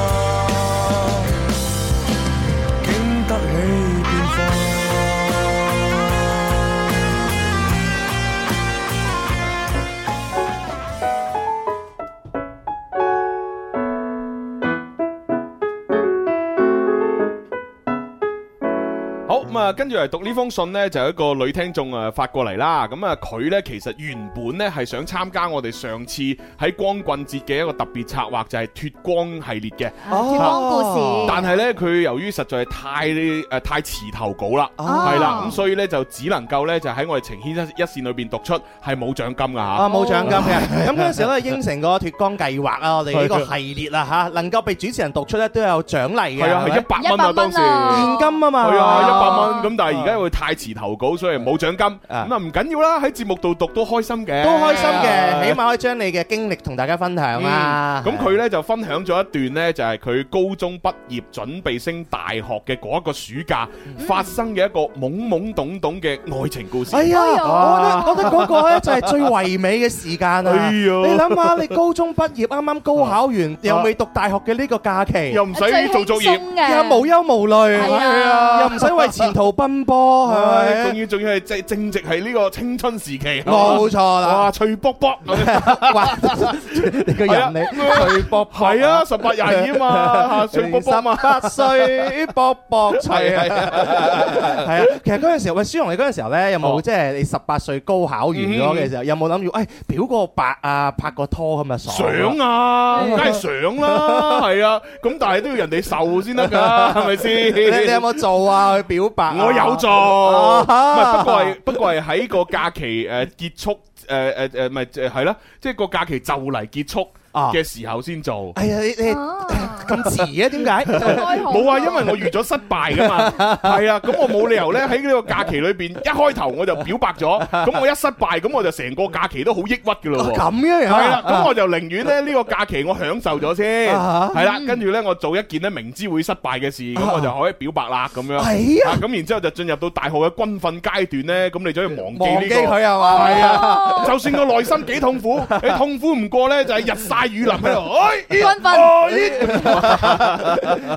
S5: 啊，跟住嚟讀呢封信呢，就有一個女聽眾啊發過嚟啦。咁啊，佢呢，其實原本呢係想參加我哋上次喺光棍節嘅一個特別策劃，就係脱光系列嘅
S13: 啊脫光故事
S5: 啊但係呢，佢由於實在太誒太遲投稿啦，
S7: Ờ.
S5: 係啦，咁所以呢，就只能夠呢，就喺我哋情牽一一線裏邊讀出，係冇獎金㗎嚇。
S6: 啊冇獎金嘅，咁嗰陣時咧應承個脱光計劃啊，我哋呢個系列啊嚇，能夠被主持人讀出咧都有獎勵嘅，
S5: 係啊，係一百蚊啊，當時
S6: 現金啊嘛，
S5: 係啊，一百蚊。咁但係而家會太遲投稿，所以冇獎金。咁啊唔緊要啦，喺節目度讀都開心嘅，啊
S6: 都開心嘅，起碼可以將你嘅經歷同大家分享啊。
S5: 咁佢呢就分享咗一段呢，就係佢高中畢業準備升大學嘅嗰一個暑假發生嘅一個懵懵懂懂嘅愛情故事。
S6: 哎呀，我覺得覺得嗰個咧就係最唯美嘅時間啊！
S5: 哎
S6: 你
S5: 呀
S6: 諗下，你高中畢業，啱啱高考完，又未讀大學嘅呢個假期，
S5: 又唔使做作業最輕鬆
S7: Dạ.
S5: 嘅
S6: 又無憂無慮，
S5: 係啊
S6: 又唔使為前途奔波，係
S5: 唉仲
S6: 咪？
S5: 要仲要係正正值係呢個青春時期，
S6: 冇錯啊啦
S5: 哇，脆 卜卜，
S6: 你個人你脆卜卜，
S5: 係啊，十八廿二啊 嘛，嚇脆卜卜啊嘛，
S6: 十八歲卜卜脆啊！
S5: 係啊
S6: 係啊，其實嗰陣時候，喂，舒容你嗰陣時候咧，有冇即係你十八歲高考完咗嘅時候，有冇諗住，誒，表個白啊，拍個拖咁啊，爽
S5: 想 啊，梗係想啦，係啊，咁但係都要人哋受先 得㗎，係咪先？
S6: 你你有冇做啊？去表白啊？
S5: 我有做，
S6: 啊
S5: 唔係不過係不過係喺個假期誒結束誒誒誒，咪誒係啦，即係個假期就嚟結束
S6: 啊
S5: 嘅時候先做。
S6: 哎呀，你你咁遲嘅，點解？
S5: 冇啊，因為我預咗失敗 噶嘛，係啊，咁我冇理由咧喺呢個假期裏邊一開頭我就表白 咗，咁我一失敗，咁我就成個假期都好抑鬱噶咯喎。
S6: 咁樣樣啊
S5: 係啦，咁我就寧願咧呢個假期我享受咗先，
S6: 啊
S5: 係啦，跟住咧我做一件咧明知會失敗嘅事，咁我就可以表白啦咁樣。
S6: 係啊
S5: 啊，咁然之後就進入到大學嘅軍訓階段咧，咁你就要忘記
S6: 忘
S5: 呢
S6: 記
S5: 個。
S6: 佢係嘛？
S5: 係啊，就算個內心幾痛苦，你痛苦唔過咧，就係日曬雨淋喺度，哎，哎咦
S6: 軍訓
S5: 哦咦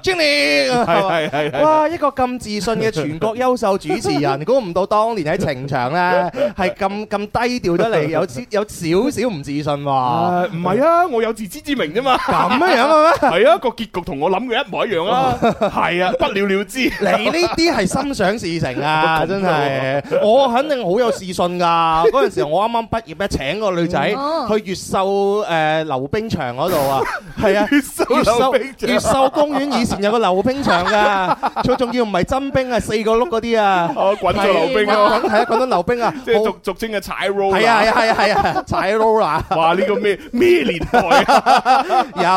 S6: Jenny，
S5: 係係係係
S6: 哇！一個咁自信嘅全國優秀主持 人，估唔到當年喺情場咧係咁咁低調得嚟，有少有少少唔自信喎。
S5: 唔係啊，我有自知之明啫嘛。
S6: 咁樣樣嘅
S5: 咩？係啊，個結局同我諗嘅一模一樣 啊。係啊，不了了之。
S6: 你呢啲係心想事成 啊！真係，我肯定好有自信㗎。嗰陣時我啱啱畢業咧，請個女仔
S5: 嗯
S6: 去越秀誒溜冰場嗰 度啊，係啊，
S5: 越秀溜冰場
S6: 越秀公園以前有個溜冰場㗎， 佢仲要唔係真冰啊，四個碌嗰啲啊，
S5: 哦滾咗溜冰
S6: 係
S5: 啊
S6: 滾係啊，滾咗溜冰啊，
S5: 即係俗俗稱嘅踩 roll。
S6: 係啊係啊係啊係啊，踩 roll 啦！
S5: 哇！呢個咩咩年 代啊？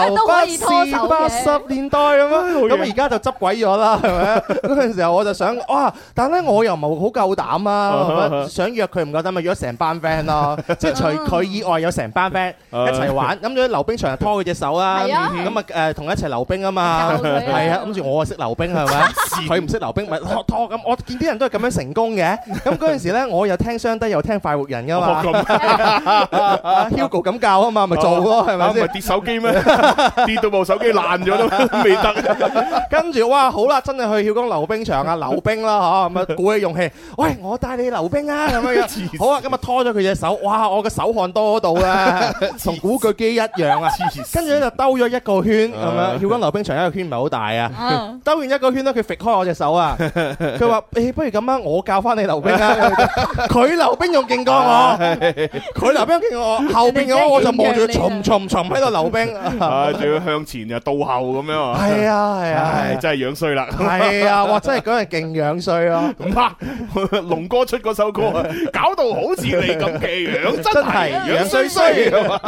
S6: 由
S5: 都
S6: 八
S5: 可
S6: 是
S5: 以拖手嘅哎
S6: 八十年代咁啊，咁而家就執鬼咗啦，係 咪？嗰陣時候我就想，哇！但係咧我又唔係好夠膽啊，係咪想約佢唔夠膽咪約成班 friend 咯，即係除
S5: 啊
S6: 佢以外有成班 friend 一齊玩，咁樣溜冰場就拖佢隻手啦，
S5: 係啊
S6: 咁啊誒同佢一齊溜冰啊嘛，
S5: 教佢啊
S6: 係啊，諗住我啊識溜冰係咪？佢唔識溜冰咪拖拖咁，我見啲人都係咁樣成功嘅，咁嗰陣時咧我又聽雙低又聽快活人噶嘛
S5: 哦咁。
S6: 啊 Hugo 咁教啊嘛，咪做咯，係咪
S5: 啊唔
S6: 先
S5: 係？跌 手機咩？跌到部手機爛咗都 未得。
S6: 跟住哇，好啦，真係去曉江溜冰場啊，溜冰啦 嚇，咁啊鼓起勇氣，喂，我帶你溜冰啊，咁樣樣，好啊，咁啊拖咗佢隻手，哇，我嘅手汗多到咧，同古巨基一樣啊，跟住咧就兜咗一個圈咁樣，曉江溜冰場一個圈唔係好大啊
S7: Ờ,
S5: 嗯，
S6: 兜完一個圈咧，佢揈開我隻手啊，佢話誒，不如咁啊，我教翻你溜冰啊，佢溜冰仲勁過我，佢溜冰勁過我，後邊嘅話我就望住佢沉沉沉喺度溜冰。
S5: 啊，仲要向前又倒後咁樣啊！
S6: 係啊係啊
S5: 唉真係樣衰啦！
S6: 係啊，哇！真係嗰日勁樣衰啊！
S5: 唔怕，龍哥出嗰首歌啊，搞到好似你咁嘅樣， 真係樣衰衰啊嘛！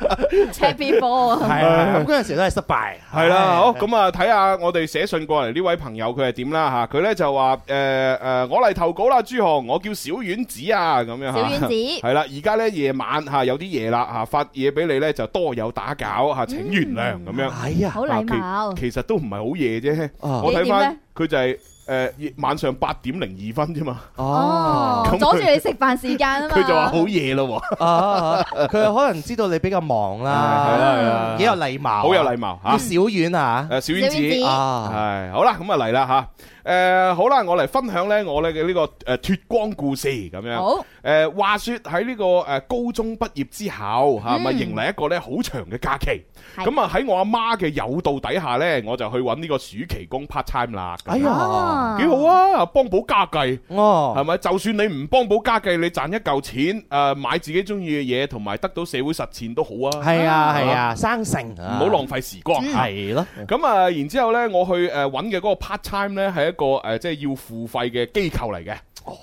S7: Happy Ball 啊！
S6: 係啊，咁嗰陣時都係失敗。
S5: 系啦，好咁啊，睇下我哋寫信過嚟呢位朋友佢係點啦吓，佢咧就話诶诶，我嚟投稿啦，朱紅，我叫小丸子啊，咁樣吓，
S6: 小丸子
S5: 系啦，而家咧夜晚吓有啲夜啦吓，發嘢俾你咧就多有打攪吓，請原諒咁樣。
S6: 係啊
S5: 好
S7: 禮貌
S5: 其實都唔係好夜啫，
S6: 啊
S5: 我睇翻
S7: 幾
S5: 佢就係诶晚上八點零二分啫嘛。
S7: 哦，
S5: 咁佢
S7: 阻住你食飯時間啊嘛！
S5: 佢就話好夜咯 喎。
S6: 啊！佢可能知道你比較忙
S5: 係啦係
S6: 啦
S5: 啦，
S6: 幾有禮貌，啊
S5: 好有禮貌嚇
S6: 叫小丸啊，
S5: 誒小丸
S6: 小丸
S5: 子
S6: 子啊
S5: 係好啦，咁啊嚟啦誒好啦，我嚟分享咧我咧嘅呢個誒呃脱光故事咁樣。
S8: 好
S5: 誒話說呃喺呢個誒高中畢業之後嚇，
S8: 嗯
S5: 咪迎嚟一個咧好長嘅假期。
S8: 係
S5: 咁啊喺我阿媽嘅誘導底下咧，我就去揾呢個暑期工 part time 啦。哎
S4: 哦
S8: 呀
S5: 幾好啊！幫補家計
S6: 哦，
S5: 係咪？就算你唔幫補家計，你賺一嚿錢誒買自己中意嘅嘢，同埋得到社會實踐都好啊。
S6: 係啊
S5: 係
S6: 係
S5: 嘛
S6: 啊，生成
S5: 唔好浪費時光。
S6: 係咯。
S5: 咁啊，然之後呢，我去誒揾嘅嗰個 part time 呢，係一個誒即係要付費嘅機構嚟嘅。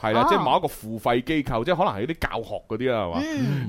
S5: 係啦，即係某一個付費機構，即係可能係啲教學嗰啲啦，係嘛？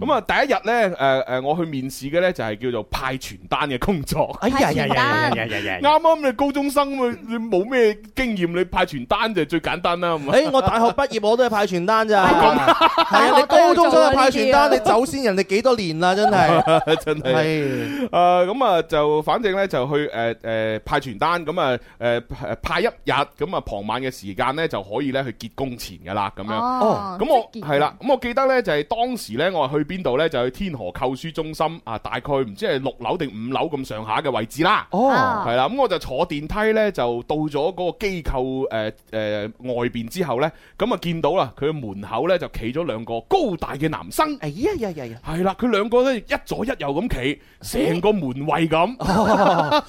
S5: 咁啊，第一日呢，誒誒，我去面試嘅呢，就係叫做派傳單嘅工作。
S6: 哎呀呀呀呀呀呀呀！
S5: 啱啱你高中生，啊你冇咩經驗，你派傳單就最簡單啦。啊係嘛
S6: 誒，我大學畢業我都係派傳單咋，係啊，你高中生係派傳單，你走先人哋幾多年啦，真係。
S5: 真係
S6: 係
S5: 誒咁啊，就反正咧就去誒誒派傳單，咁啊誒誒派一日，咁啊傍晚嘅時間咧就可以咧去結工錢噶啦，咁樣。
S7: Ờ.
S8: 哦
S5: 咁我
S8: 即係結
S5: 係啦，咁我記得咧就係當時咧我係去邊度咧就去天河購書中心啊，大概唔知係六樓定五樓咁上下嘅位置啦。
S6: 哦
S5: 係啦，咁我就坐電梯咧就到咗嗰個機構誒誒外邊之後咧，咁啊見到啦，佢門口咧就企咗兩個高大嘅男生。
S6: 哎呀呀呀呀！
S5: 係啦，佢兩個咧一左一右咁企，成個門衞咁。
S6: 哇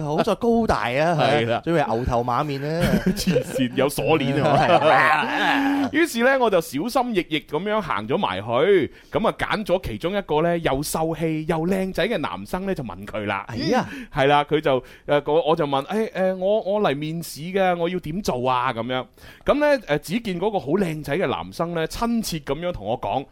S6: 好在高大啊，
S5: 係啦
S6: 最為牛頭馬面咧，
S5: 黐線有鎖鏈啊！於是呢，我就小心翼翼咁樣行咗埋去，咁啊揀咗其中一個呢又秀氣又靚仔嘅男生呢，就問佢啦。
S6: 係啊，
S5: 係啦，佢就誒我我就問誒誒我我嚟面試嘅，我要點做啊？咁樣咁呢，誒，只見嗰個好靚仔嘅男生呢，親切咁樣同我講。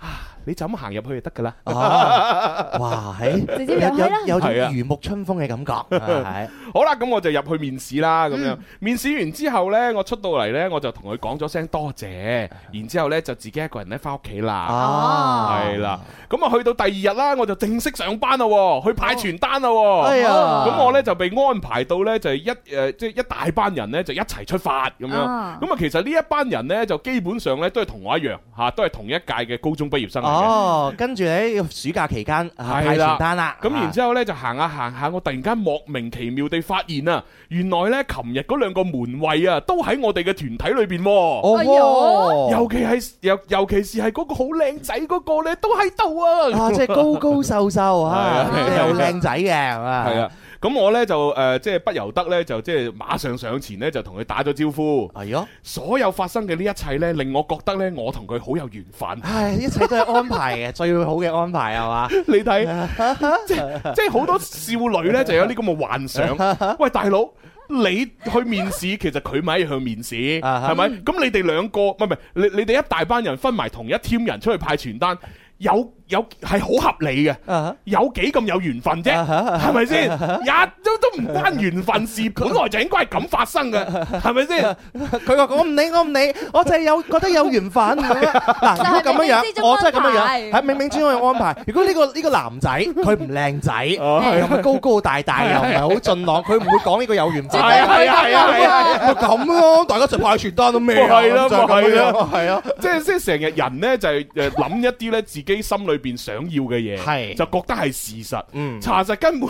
S5: 啊！你就咁行入去就得噶啦。
S6: Ờ. 啊哇，係
S5: 直接入去
S6: 有
S5: 啦
S6: 有有
S5: 係啊
S6: 種如沐春風嘅感覺，係
S5: 好啦，咁我就入去面試啦，咁
S6: 嗯
S5: 樣、面試完之後呢，我出到嚟呢，我就同佢講咗聲多謝，
S6: 嗯
S5: 然之後呢，就自己一個人咧翻屋企啦。
S6: 哦
S5: 係啦，咁啊去到第二日啦，我就正式上班啦喎，去派傳單啦喎。
S6: 哎呀
S5: 咁我呢，就被安排到呢，就係一誒，即係一大班人呢，就一齊出發咁樣。咁
S6: 啊
S5: 啊，其實呢一班人呢，就基本上呢，都係同我一樣嚇，都係同一屆嘅高中畢業生嚟嘅。
S6: 哦，跟住喺暑假期間啊派傳單啦，
S5: 咁然之後呢，就行下行下，我突然間莫名其妙地發現啊，原來呢，琴日嗰兩個門衞啊，都喺我哋嘅團體裏邊喎。
S6: 哦
S8: 哎呦
S5: 尤其係尤尤其是係嗰個好靚仔嗰個呢，都喺度啊！
S6: 啊，即係高高瘦瘦啊，
S5: 係啊
S6: 即係又靚仔嘅，係嘛
S5: 係啊。咁我呢就誒、呃即係不由得呢，就即係馬上上前呢，就同佢打咗招呼。
S6: 係啊，
S5: 所有發生嘅呢一切呢，令我覺得呢，我同佢好有緣分。
S6: 唉，一切都 係安排嘅，最好嘅安排係嘛？
S5: 你睇，即即係好多少女呢，就有呢咁嘅幻想。喂，大佬。你去面試，其實佢咪去面試，係咪？咁你哋兩個，唔係唔係，你你哋一大班人分埋同一 team 人出去派傳單，有有係好合理嘅
S6: Ờ.
S5: 有幾咁有緣分啫，係咪先？一都都唔關緣分事，本來就應該係咁發生嘅，係咪
S6: 啊
S5: 先？
S6: 佢話我唔理，我唔理，我就係有覺得有緣 分咁樣。嗱，
S8: 就係
S6: 如果咁樣
S8: 冥冥之
S6: 樣，
S8: 中
S6: 我真係咁樣樣，
S8: 安
S6: 係冥冥之中嘅安排。如果呢個呢個男 仔佢唔靚仔，
S8: 哦
S6: 咁啊高高大大又唔係好俊朗，佢唔會講呢個有緣分。
S8: 係啊係啊係啊係啊
S6: 咪咁咯，大家一齊派傳單都咩啊？
S5: 係啦，
S6: 就係咁
S5: 咪係
S6: 樣
S5: 啦，
S6: 係啊。
S5: 即係即係成日人咧就係誒諗一啲咧自己心裏邊想要嘅嘢，
S6: 係嗯
S5: 就覺得係事實，查實根本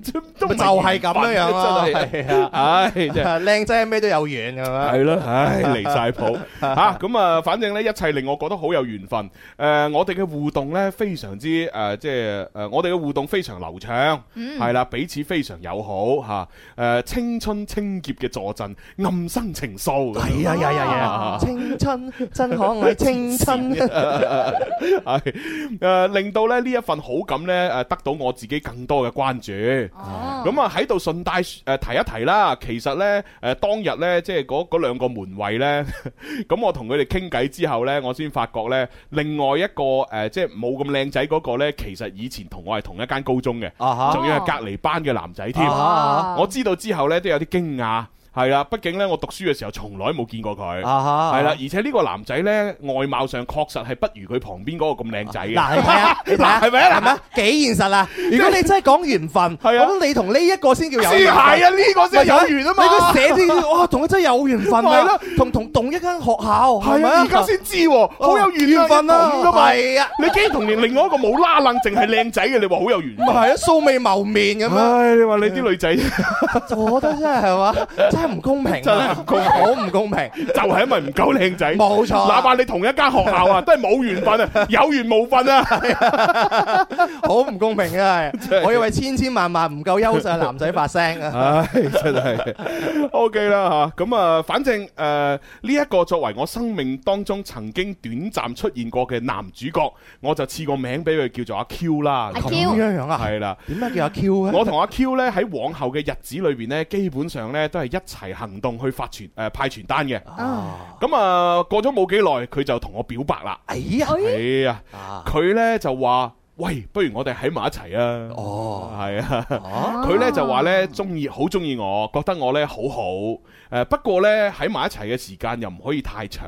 S5: 就 都唔
S6: 就係咁樣樣咯，
S5: 緣分真係
S6: 係啊，
S5: 唉 真係
S6: 靚仔咩都有緣咁樣，
S5: 係咯， 唉，離晒譜嚇咁啊！反正呢，一切令我覺得好有緣分。誒、呃我哋嘅互動呢，非常之誒、即係誒、我哋嘅互動非常流暢，
S8: 嗯
S5: 係啦、彼此非常友好嚇。誒、青春清澀嘅助陣，暗生情愫。係
S6: 啊呀呀呀青春真可愛，青春。
S5: 係誒，令到咧呢一份好感咧誒，得到我自己更多嘅關注。咁啊喺度順帶誒提一提啦，其實咧誒當日咧即係嗰嗰兩個門衞咧， 咁我同佢哋傾偈之後咧，我先發覺咧，另外一個誒即係冇咁靚仔嗰個咧，其實以前同我係同一間高中嘅，
S6: 哈
S5: 仲要係隔離班嘅男仔添。
S6: 啊
S5: 我知道之後咧都有啲驚訝。係啦，畢竟咧，我讀書嘅時候從來冇見過佢，係
S6: 啊哈
S5: 啦，而且呢個男仔咧，外貌上確實係不如佢旁邊嗰個咁靚仔嘅。
S6: 嗱，你睇 下，你睇下，
S5: 嗱係咪啊？
S6: 係咪啊？幾現實 啊！如果你真係講緣分，咁你同呢一個先叫有緣分。
S5: 係啊呢個先係有緣啊嘛
S6: 你都寫 啲，哇，哦同佢真係有緣分
S5: 咪係
S6: 啊
S5: 咯！
S6: 同同同一間學校，係
S5: 係
S6: 咪
S5: 啊，
S6: 啊？
S5: 而家先知喎，好有緣
S6: 緣分啊
S5: 噶嘛。
S6: 係啊
S5: 你竟然同另另外一個冇拉楞，淨係靚仔嘅，你話好有緣
S6: 咪
S5: 分。
S6: 係啊，素未謀面咁樣。
S5: 唉，你話你啲女仔，
S6: 我覺得真係係嘛，真係唔公平，啊
S5: 真係唔公平
S6: 好唔公平，
S5: 就係因為唔夠靚仔，
S6: 冇錯
S5: 哪怕你同一間學校啊，都係冇緣分啊，有緣冇份啊，
S6: 好唔公平啊！係我以為千千萬萬唔夠優秀嘅男仔發聲啊！
S5: 唉，真係 OK 啦吓，咁啊，反正诶呢一個作為我生命當中曾經短暫出現過嘅男主角，我就賜個名俾佢叫做阿 Q 啦。
S6: 阿 Q 咁樣樣啊
S5: 係啦。
S6: 點解叫阿 Q 咧？
S5: 我同阿 Q 咧喺往後嘅日子裏邊咧，基本上咧都係一齊行動去發傳誒派傳單嘅。
S6: 哦
S5: 咁啊，過咗冇幾耐，佢就同我表白啦。哎
S6: 呀，
S5: 哎呀，佢咧就話。喂，不如我哋喺埋一齊啊！哦，係啊，佢呢就話呢，中意，好中意我，覺得我呢好好。誒，不過呢，喺埋一齊嘅時間又唔可以太長，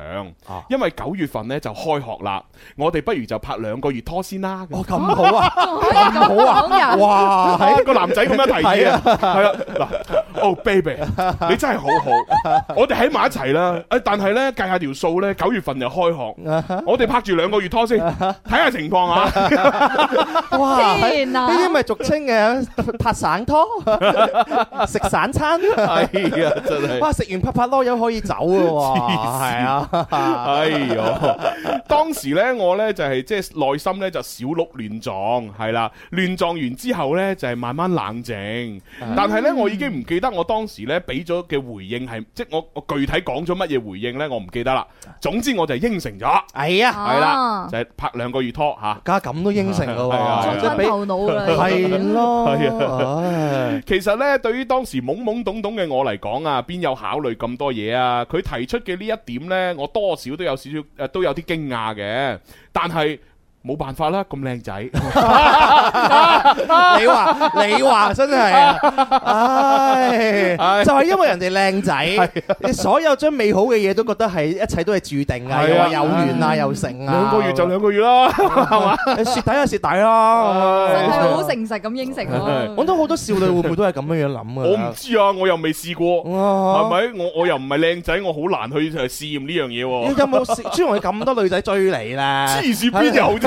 S5: 因為九月份呢就開學啦。我哋不如就拍兩個月拖先啦。哦，
S6: 咁好啊，咁好啊，哇！
S5: 係
S6: 係
S5: 個男仔咁樣提議啊，係啊，嗱，哦，baby，你 真係好好，我哋喺埋一齊啦。誒，但係呢，計下條數呢，九月份就開 學，我哋拍住兩個月拖先，睇下情況啊。
S6: 哇！係
S7: 天啊
S6: 呢啲咪俗稱嘅拍 散拖，食散餐。
S5: 係啊真係
S6: 哇！食完拍拍籮柚可以走咯喎，係啊！
S5: 哎 呦！當時呢，我呢就係即係內心呢就小鹿亂撞，係啦，亂撞完之後呢，就係慢慢冷靜，但係呢，我已經唔記得我當時呢俾咗嘅回應係，即係我我具體講咗乜嘢回應呢？我唔記得啦。總之我就應承咗，
S6: 哎呀
S5: 係啦
S6: 啊，
S5: 就係拍兩個月拖嚇。
S6: 家咁都應承咯
S5: 係啊係啊
S6: 喎，
S5: 衝昏
S7: 頭腦啦
S6: 係咯，
S5: 係啊， 其實呢，對於當時懵懵懂懂嘅我嚟講啊，邊有考慮咁多嘢啊？佢提出嘅呢一點呢，我多少都有少少誒，都有啲驚訝嘅。但係冇辦法啦，咁靚 仔，
S6: 你話你話真係啊，唉，就係因為人哋靚仔，
S5: 啊
S6: 你所有將美好嘅嘢都覺得係一切都係注定啊，
S5: 係
S6: 又
S5: 啊
S6: 話有緣啊，又成啊，
S5: 兩個月就兩個 月啦，係嘛？
S6: 你蝕底就蝕底啦，
S7: 真係好誠實咁應承咯。
S6: 我都好多少女會唔會都係咁樣樣諗
S5: 我唔
S6: 啊？
S5: 知啊，我又未試過，
S6: 哇
S5: 係咪？我我又唔係靚仔，我好難去誒試驗呢樣嘢
S6: 有
S5: 喎。
S6: 冇試朱紅咁多女仔追你 啦？
S5: 黐線邊有啫？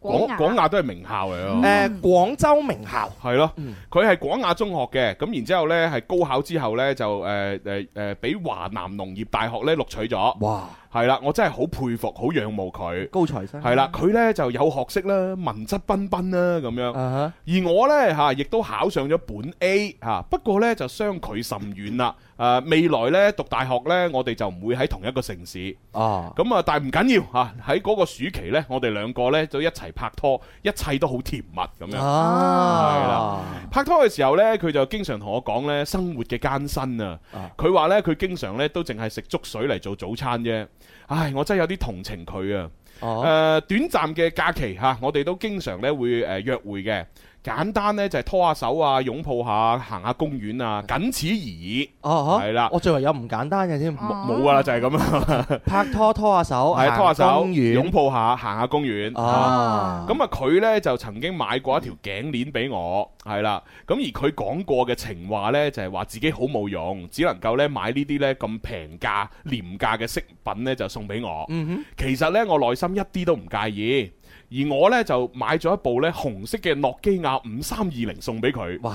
S6: 廣
S5: 廣
S6: 雅
S5: 廣雅都係名校嚟咯。
S6: 誒，廣州名校
S5: 係咯，佢係廣雅中學嘅，咁然之後咧係高考之後咧就誒誒誒，俾華南農業大學咧錄取咗。
S6: 哇！
S5: 係啦，我真係好佩服，好仰慕佢。
S6: 高材生
S5: 係啦，佢呢就有學識啦，文質彬彬啦咁樣。
S6: 啊
S5: 而我呢，嚇，亦都考上咗本 A 嚇，不過呢，就相距甚遠啦。誒、未來呢，讀大學呢，我哋就唔會喺同一個城市。
S6: 啊！
S5: 咁啊，但係唔緊要嚇，喺嗰個暑期呢，我哋兩個呢，就一齊拍拖，一切都好甜蜜咁樣。係啦
S6: 啊，
S5: 拍拖嘅時候呢，佢就經常同我講呢生活嘅艱辛啊。佢話呢，佢經常呢都淨係食粥水嚟做早餐啫。唉，我真係有啲同情佢啊。誒、
S6: 哦
S5: 短暫嘅假期嚇、我哋都經常呢會誒、約會嘅。簡單呢就係拖下手啊，擁抱下，行下公園啊，僅此而已。
S6: 哦，
S5: 係啦
S6: 我最為有唔簡單嘅添，
S5: 冇㗎啦，就係咁啦。
S6: 拍拖哦拖下手，
S5: 係拖下
S6: 行
S5: 手，
S6: 公園
S5: 擁抱下，行下公園。
S6: 啊
S5: 咁啊，佢呢就曾經買過一條頸鏈俾我，係啦。咁而佢講過嘅情話呢，就係話自己好冇用，只能夠呢買呢啲呢咁平價廉價嘅飾品呢，就送俾我。
S6: 嗯
S5: 其實呢，我內心一啲都唔介意。而我呢，就買咗一部呢紅色嘅諾基亞五三二零送俾佢。哇！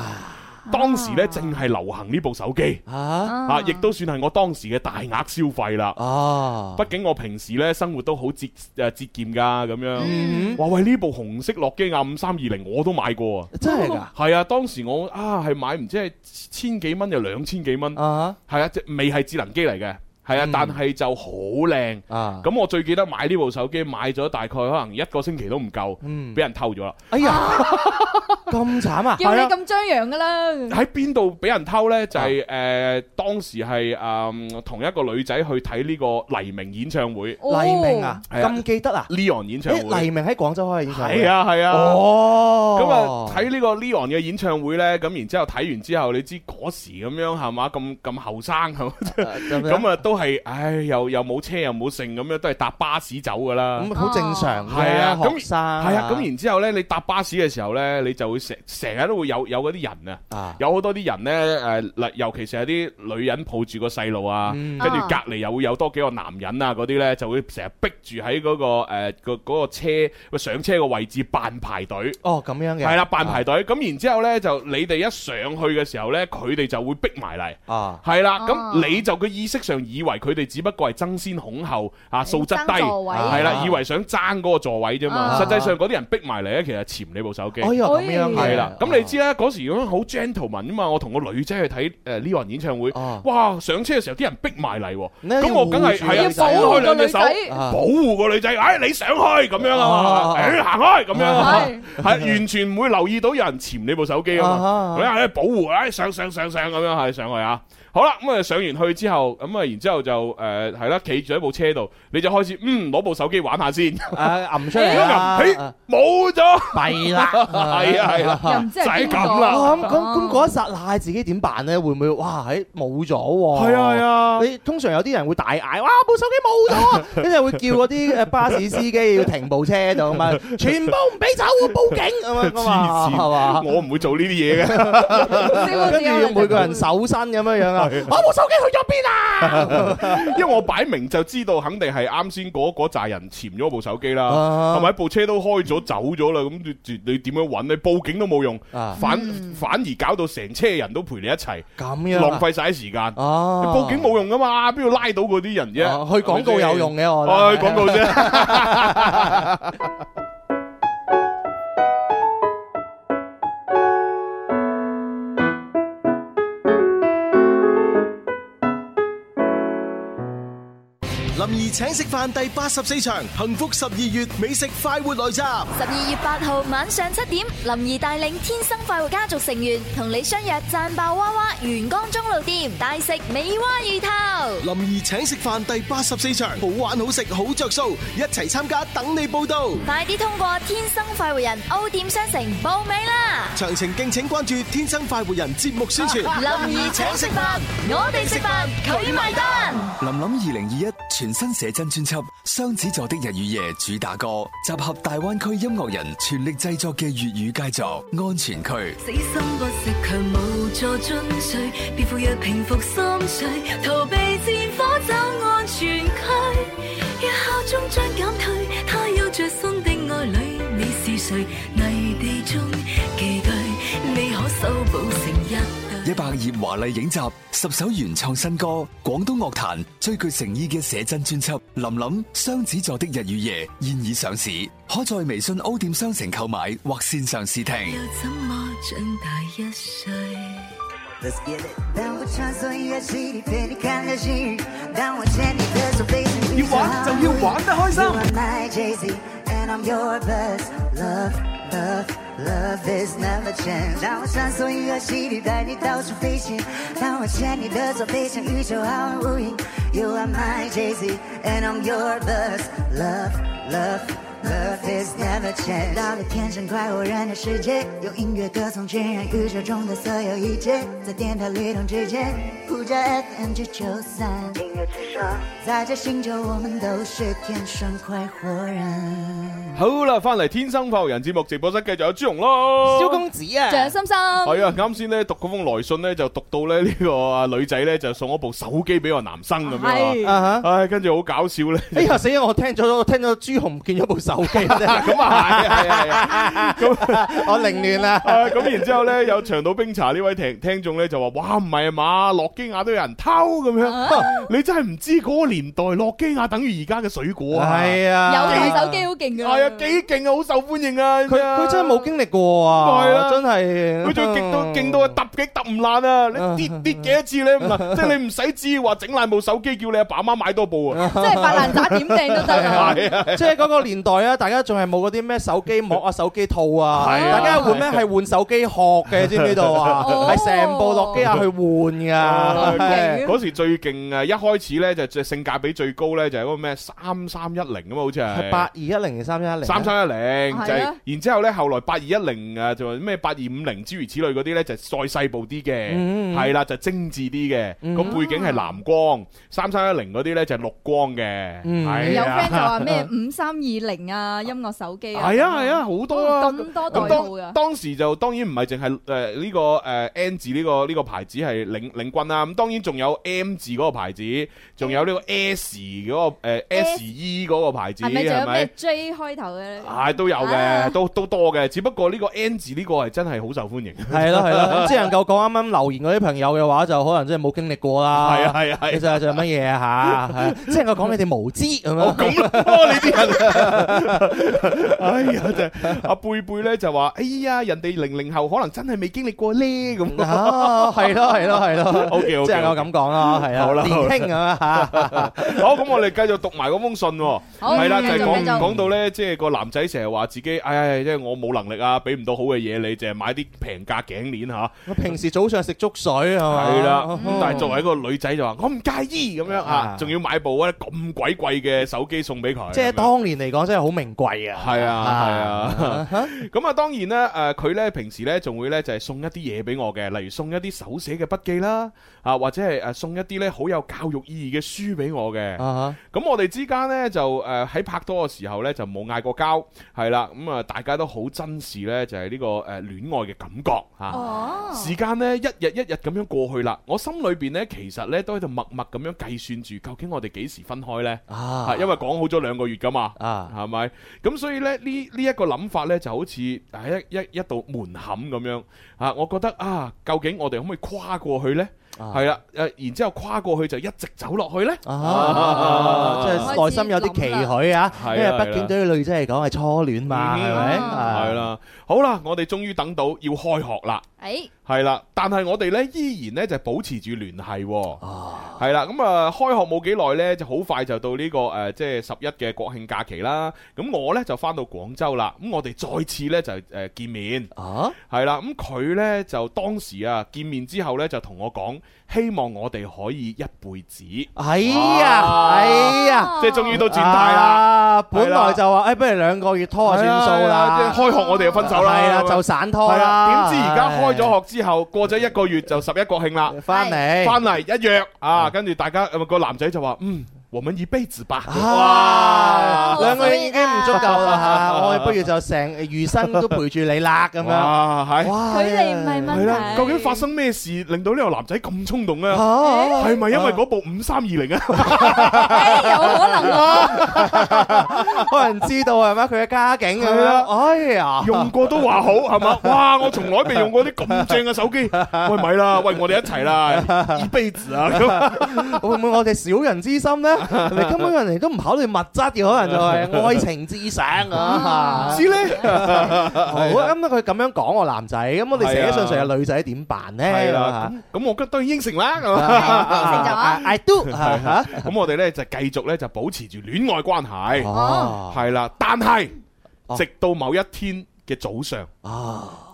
S5: 當時呢，正係流行呢部手機，
S6: 哼，啊
S5: 啊，亦都算係我當時嘅大額消費啦。
S6: 啊，
S5: 畢竟我平時咧生活都好節誒節儉㗎咁
S6: 嗯
S5: 樣。哇喂！呢部紅色諾基亞五三二零我都買過啊。
S6: 真係 㗎
S5: 係啊，當時我啊係買唔知係千幾蚊又兩千幾蚊。
S6: 啊嗯
S5: 係啊，即未係智能機嚟嘅。係啊，但係就好靚。
S6: 啊，
S5: 咁我最記得買
S6: 嗯
S5: 呢部手機買咗大概可能一個星期都唔夠，俾人偷咗啦。
S6: 哎呀， 咁慘啊！
S7: 叫你
S5: 係啊
S7: 咁張揚噶啦。
S5: 喺邊度俾人偷呢？就係、
S6: 啊
S5: 呃當時係誒同一個女仔去睇呢個黎明演唱會。
S6: 黎明啊，
S5: 係啊
S6: 咁記得啊？
S5: Leon 演唱
S6: 咦
S5: 會。
S6: 黎明喺廣州開嘅演唱會，
S5: 係啊係啊，
S6: 哦，
S5: 咁啊睇呢個 Leon 嘅演唱會呢，咁然之後睇完之後，你知嗰時咁樣係嘛，咁咁後生係嘛，
S6: 樣
S5: 咁啊都係，唉，又又冇車又冇剩咁樣，都係搭巴士走噶啦，
S6: 咁好正常嘅
S5: 係啊，咁
S6: 學生
S5: 係啊，咁然之後咧，你搭巴士嘅時候咧，你就會成成日都會有有嗰啲人
S6: 啊，
S5: 有好多啲人咧誒，例尤其是係啲女人抱住個細路啊，
S6: 嗯
S5: 跟住
S6: 啊
S5: 隔離又會有多幾個男人啊嗰啲咧，就會成日逼住喺嗰個誒個嗰個車個上車個位置扮排隊。
S6: 哦咁樣嘅，
S5: 係啦，扮排隊，咁然之後呢，就你哋一上去嘅時候呢，佢哋就會逼埋嚟，
S6: 啊，
S5: 係啦，
S6: 啊
S5: 咁你就個意識上以為佢哋只不過係爭先恐後啊，素質低，
S6: 爭座位
S5: 係啦
S6: 啊，
S5: 以為想爭嗰個座位啫嘛，
S6: 啊
S5: 實際上嗰啲人逼埋嚟呢，其實係潛你部手機，
S6: 哎呀咁樣嘅
S5: 係啦，
S6: 啊
S5: 咁你知啦，嗰時咁樣好 gentleman 啊嘛，我同個女仔去睇誒 Leon 演唱會，哇，上車嘅時候啲人逼埋嚟喎，
S6: 要
S5: 咁我梗
S6: 護
S5: 係
S6: 住
S5: 係啊
S6: 啊個，
S5: 手
S6: 女仔
S5: 開兩隻手
S6: 啊
S5: 保護個女仔，哎，你上去咁樣啊嘛，
S6: 啊
S5: 誒行開咁樣啊
S6: 係
S5: 嘛。係完全唔會留意到有人潛你部手機啊嘛，
S6: 啊
S5: 咁啊保護，唉上上上上咁樣係上去啊，好啦，咁啊上完去之後，咁啊然之後就誒係啦，企住喺部車度，你就開始嗯攞部手機玩下先，
S6: 誒揞出嚟啦
S5: 咁啊誒冇咗，
S6: 弊啦
S5: 係啊係啦，
S6: 又
S5: 就係咁啦，
S6: 哦咁咁咁嗰一剎那自己點辦咧？會唔會哇？喺冇咗喎？
S5: 係啊係啊！
S6: 你通常有啲人會大嗌：哇！部手機冇咗啊！跟住會叫嗰啲誒呃巴士司機要停部車度嘛， 全部唔俾走啊！報警咁樣噶嘛，
S5: 黐線
S6: 係嘛？
S5: 我唔會做呢啲嘢嘅。
S6: 跟住要每個人手身咁樣樣啊！我部手機去咗邊啊？
S5: 因為我擺明就知道肯定係啱先嗰嗰扎人潛咗部手機啦，
S6: 啊
S5: 係咪部車都開咗走咗啦？咁你你點樣揾你報警都冇用，
S6: 啊
S5: 反反而搞到成車人都陪你一齊，
S6: 咁樣啊
S5: 浪費晒啲時間。
S6: 哦
S5: 你報警冇用噶嘛，邊度拉到嗰啲人
S6: 哦
S5: 啫？
S6: 去廣告有用嘅我覺得
S5: 哦去廣 告啫。
S3: 林怡请食饭第八十四场，幸福十二月美食快活来袭。
S4: 十二月八號晚上七點，林兒帶領天生快活家族成員同你相約赞爆娃娃元江中路店，大食美蛙魚頭。
S3: 林怡请食饭第八十四场，好玩好食好着数，一齐参加等你报道。
S4: 快啲通過天生快活人 O 店商城報名啦！
S3: 详情敬请关注《天生快活人》节目宣传。
S4: 林怡請食飯，我哋食飯，佢埋單。
S1: 林林二零二一全新寫真專輯《雙子座的日與夜》主打歌，集合大灣區音樂人全力製作嘅粵語佳作《安全區》。
S13: 死心不食強，無助進取，便赴若平復心緒，逃避戰火走安全區。若效忠將減退，他有着新的愛侶，你是誰？泥地中寄居，你可修補成一。
S1: 一百頁華麗影集，十首原創新歌，廣東樂壇最具誠意嘅寫真專輯《林林雙子座的日與夜》現已上市，可在微信 O 店商城購買或線上試聽。
S13: 又怎麼長大一歲？
S14: 当我穿梭音乐季，陪你看流星雨。当我牵你的手，飞进宇宙。
S8: 要玩就要玩得開心
S14: You are my Jay-Z, and I'm your buzz. Love, love, love is never change. 当我穿梭音乐季，带你到处飞行。当我牵你的手，飞向宇宙浩瀚无垠。You are my Jay-Z, and I'm your buzz. Love, love. Love is never change。到了天生快活人的世界，用音乐歌颂渲染宇宙中的所有一切，在电台律动之间，呼叫 FM 九九三，音乐之声，在这星球我们都是天生快活人。
S5: 好啦，翻嚟《天生快活人》節目直播室，繼續有朱紅咯，
S6: 蕭公子啊
S7: 張心心，
S5: 係啊，啱先咧讀嗰封來信咧，就讀到咧呢個啊女仔咧就送咗部手機俾個男生咁樣
S6: 係啊
S5: 啊，唉，跟住好搞笑咧。
S6: 哎呀死啊！我聽咗，我聽咗朱紅唔見咗部手 機，咁
S5: 啊係係啊，
S6: 咁我凌亂啦。
S5: 啊咁然之後咧，有長島冰茶呢位聽聽眾咧就話：哇，唔係啊嘛，諾基亞都有人偷咁
S6: 啊
S5: 樣，你真係唔知嗰個年代諾基亞等於而家嘅水果啊！
S6: 係啊有台手
S7: 手機好勁㗎
S5: 係啊，幾勁啊，好受歡迎啊！
S6: 佢佢真係冇經歷過啊，
S5: 係啊
S6: 真係
S5: 佢仲勁到勁到啊！揼極揼唔爛啊！你跌跌幾多次咧？唔係，即係你唔使知話整爛部手機，叫你阿爸媽買多部啊！
S6: 即係發爛渣點
S7: 掟都
S5: 得啊
S6: ừ.
S5: 係啊係啊
S6: 即係嗰個年代啊，大家仲係冇嗰啲咩手機膜啊、手機套啊，
S5: 係啊
S6: 大家換咩係換手機殼嘅，知唔知道啊？
S5: 哦
S6: 係成部諾基亞去換㗎。
S5: 嗰時最勁啊！一開始咧就就性價比最高咧就係嗰個咩三三一零啊嘛，好似係
S6: 係八二一零定三一零？
S5: 三三一零
S6: 係啊
S5: 就係，然之後咧後來八二一零啊，就話咩八二五零諸如此類嗰啲咧就再細部啲嘅，
S6: 嗯
S5: 係啦就精緻啲嘅，個背景係藍光，三三一零嗰啲咧就係綠光嘅，
S6: 嗯
S5: 係
S7: 有
S5: 啊
S7: friend 就話咩五三二零啊，音樂手機啊，
S5: 係啊係啊好多啊
S7: 咁多代
S5: 咁
S7: 號
S5: 當
S7: 㗎。
S5: 當時就當然唔係淨係誒呢個誒 N 字呢個呢個牌子係領領軍啦，咁當然仲有 M 字嗰個牌子，仲有呢個 S 嗰個誒 SE 嗰個牌子
S7: 係咪仲有
S5: 係咪
S7: 咩？J 開頭嘅咧？
S5: 係都有
S7: À.
S5: 嘅，都都多嘅，只不過呢個 N 字呢個係真係好 受歡迎。
S6: 係咯係咯，只能夠講啱啱留言嗰啲朋友嘅話，就可能真係冇經歷過啦。
S5: 係啊係啊係啊
S6: 其實就係乜嘢啊嚇？係啊只能夠講你哋無知咁樣。咁
S5: 哎呀，真係阿貝貝咧就話：哎呀，人哋零零後可能真係未經歷過呢。咁。
S6: 啊，係咯係咯係咯。
S5: OK OK，
S6: 即係我咁講啦，係啊，
S5: 好啦
S6: 年
S5: 好啦
S6: 輕咁啊嚇。
S5: 好，咁我哋繼續讀埋嗰封信喎，
S6: 好
S5: 係啦，就
S6: 繼續
S5: 係講
S6: 繼續
S5: 講到咧，即係個男仔成日話自己，唉，即係我冇能力啊，俾唔到好嘅嘢你，淨係買啲平價頸鏈嚇。
S6: 我平時早上食粥水係嘛？
S5: 係啦，咁
S6: 嗯
S5: 但係作為一個女仔就話我唔介意咁樣啊
S6: 啊，
S5: 仲要買部咧咁鬼貴嘅手機送俾佢，
S6: 即係當年嚟講真係好名貴啊！
S5: 係啊係啊，咁啊當然咧，誒佢咧平時咧仲會咧就係送一啲嘢俾我嘅，例如送一啲手寫嘅筆記啦，啊或者係誒送一啲咧好有教育意義嘅書俾我嘅。
S6: 啊
S5: 咁我哋之間呢，就誒喺拍拖嘅時候呢，就冇嗌過交，係啦，咁啊大家都好珍視呢，就係呢個誒戀愛嘅感覺啊嚇。哦時間呢，一日一日咁樣過去啦，我心裏邊呢，其實呢，都喺度默默咁樣計算住，究竟我哋幾時分開呢？
S6: 啊
S5: 係因為講好咗兩個月噶嘛，
S6: À.
S5: 係咪？咁所以呢，呢呢一個諗法呢，就好似係一一一道門檻咁樣啊！我覺得啊，究竟我哋可唔可以跨過去呢？
S6: 啊
S5: 係啦，誒，然之後跨過去就一直走落去呢。
S6: À
S5: à,
S6: 啊！即係內心有啲期許啊，
S5: 係啊
S6: 因為畢竟對於女仔嚟講係初戀嘛，
S5: Ừ.
S6: 係咪？
S5: 係啦，好啦，我哋終於等到要開學啦。
S7: 誒，
S5: 係啦，但係我哋呢依然呢就保持住聯繫喎，係啦，咁啊開學冇幾耐呢，就好快就到呢個誒即係十一嘅國慶假期啦。咁我呢就翻到廣州啦，咁我哋再次呢就誒見面，係啦，咁佢呢就當時啊見面之後呢，就同我講，希望我哋可以一輩子。
S6: 哎
S5: À.
S6: 呀，哎呀，
S5: 即係終於都轉態啦，
S6: 啊！本來就話誒，不如兩個月拖下算數啦，
S5: 係啊即係開學我哋就分手啦，
S6: 係啦，
S5: 咁樣
S6: 就散拖啦。
S5: 係啊點知而家開咗學之後，過咗一個月就十一國慶啦，
S6: 翻嚟
S5: 翻嚟一約啊，跟住大家呃個男仔就話：嗯，我們以輩子吧。
S6: 啊哇，兩個月已經唔足夠 啦嚇，我哋不如就成餘生都陪住你啦咁樣。
S5: 哇，係
S6: 哇
S7: 距離唔係問
S5: 係啦，
S7: 題。
S5: 究竟發生咩事令到呢個男仔咁衝動咧？
S6: 哦
S5: 係咪因為嗰部五三二零啊？
S6: 可能知道係咪佢嘅家境咁
S5: 係啊
S6: 樣？哎 呀，
S5: 用過都話好係嘛？哇！我從來未用過啲咁正嘅手機。喂，咪啦，喂，我哋一齊啦，以輩子啊！咁
S6: 會唔會我哋小人之 心咧？係咪根本人哋都唔考慮物質嘅，可能就係愛情至上啊！
S5: 知咧，
S6: 好咁佢咁樣講我男仔，咁我哋寫信上嘅女仔點辦咧？
S5: 係啦，咁咁我覺得都應承啦，咁
S6: 應承咗啊 I do
S5: 係啊咁我哋咧就繼續咧就保持住戀愛關係，
S6: 哦
S5: 係啦，但係直到某一天嘅早上，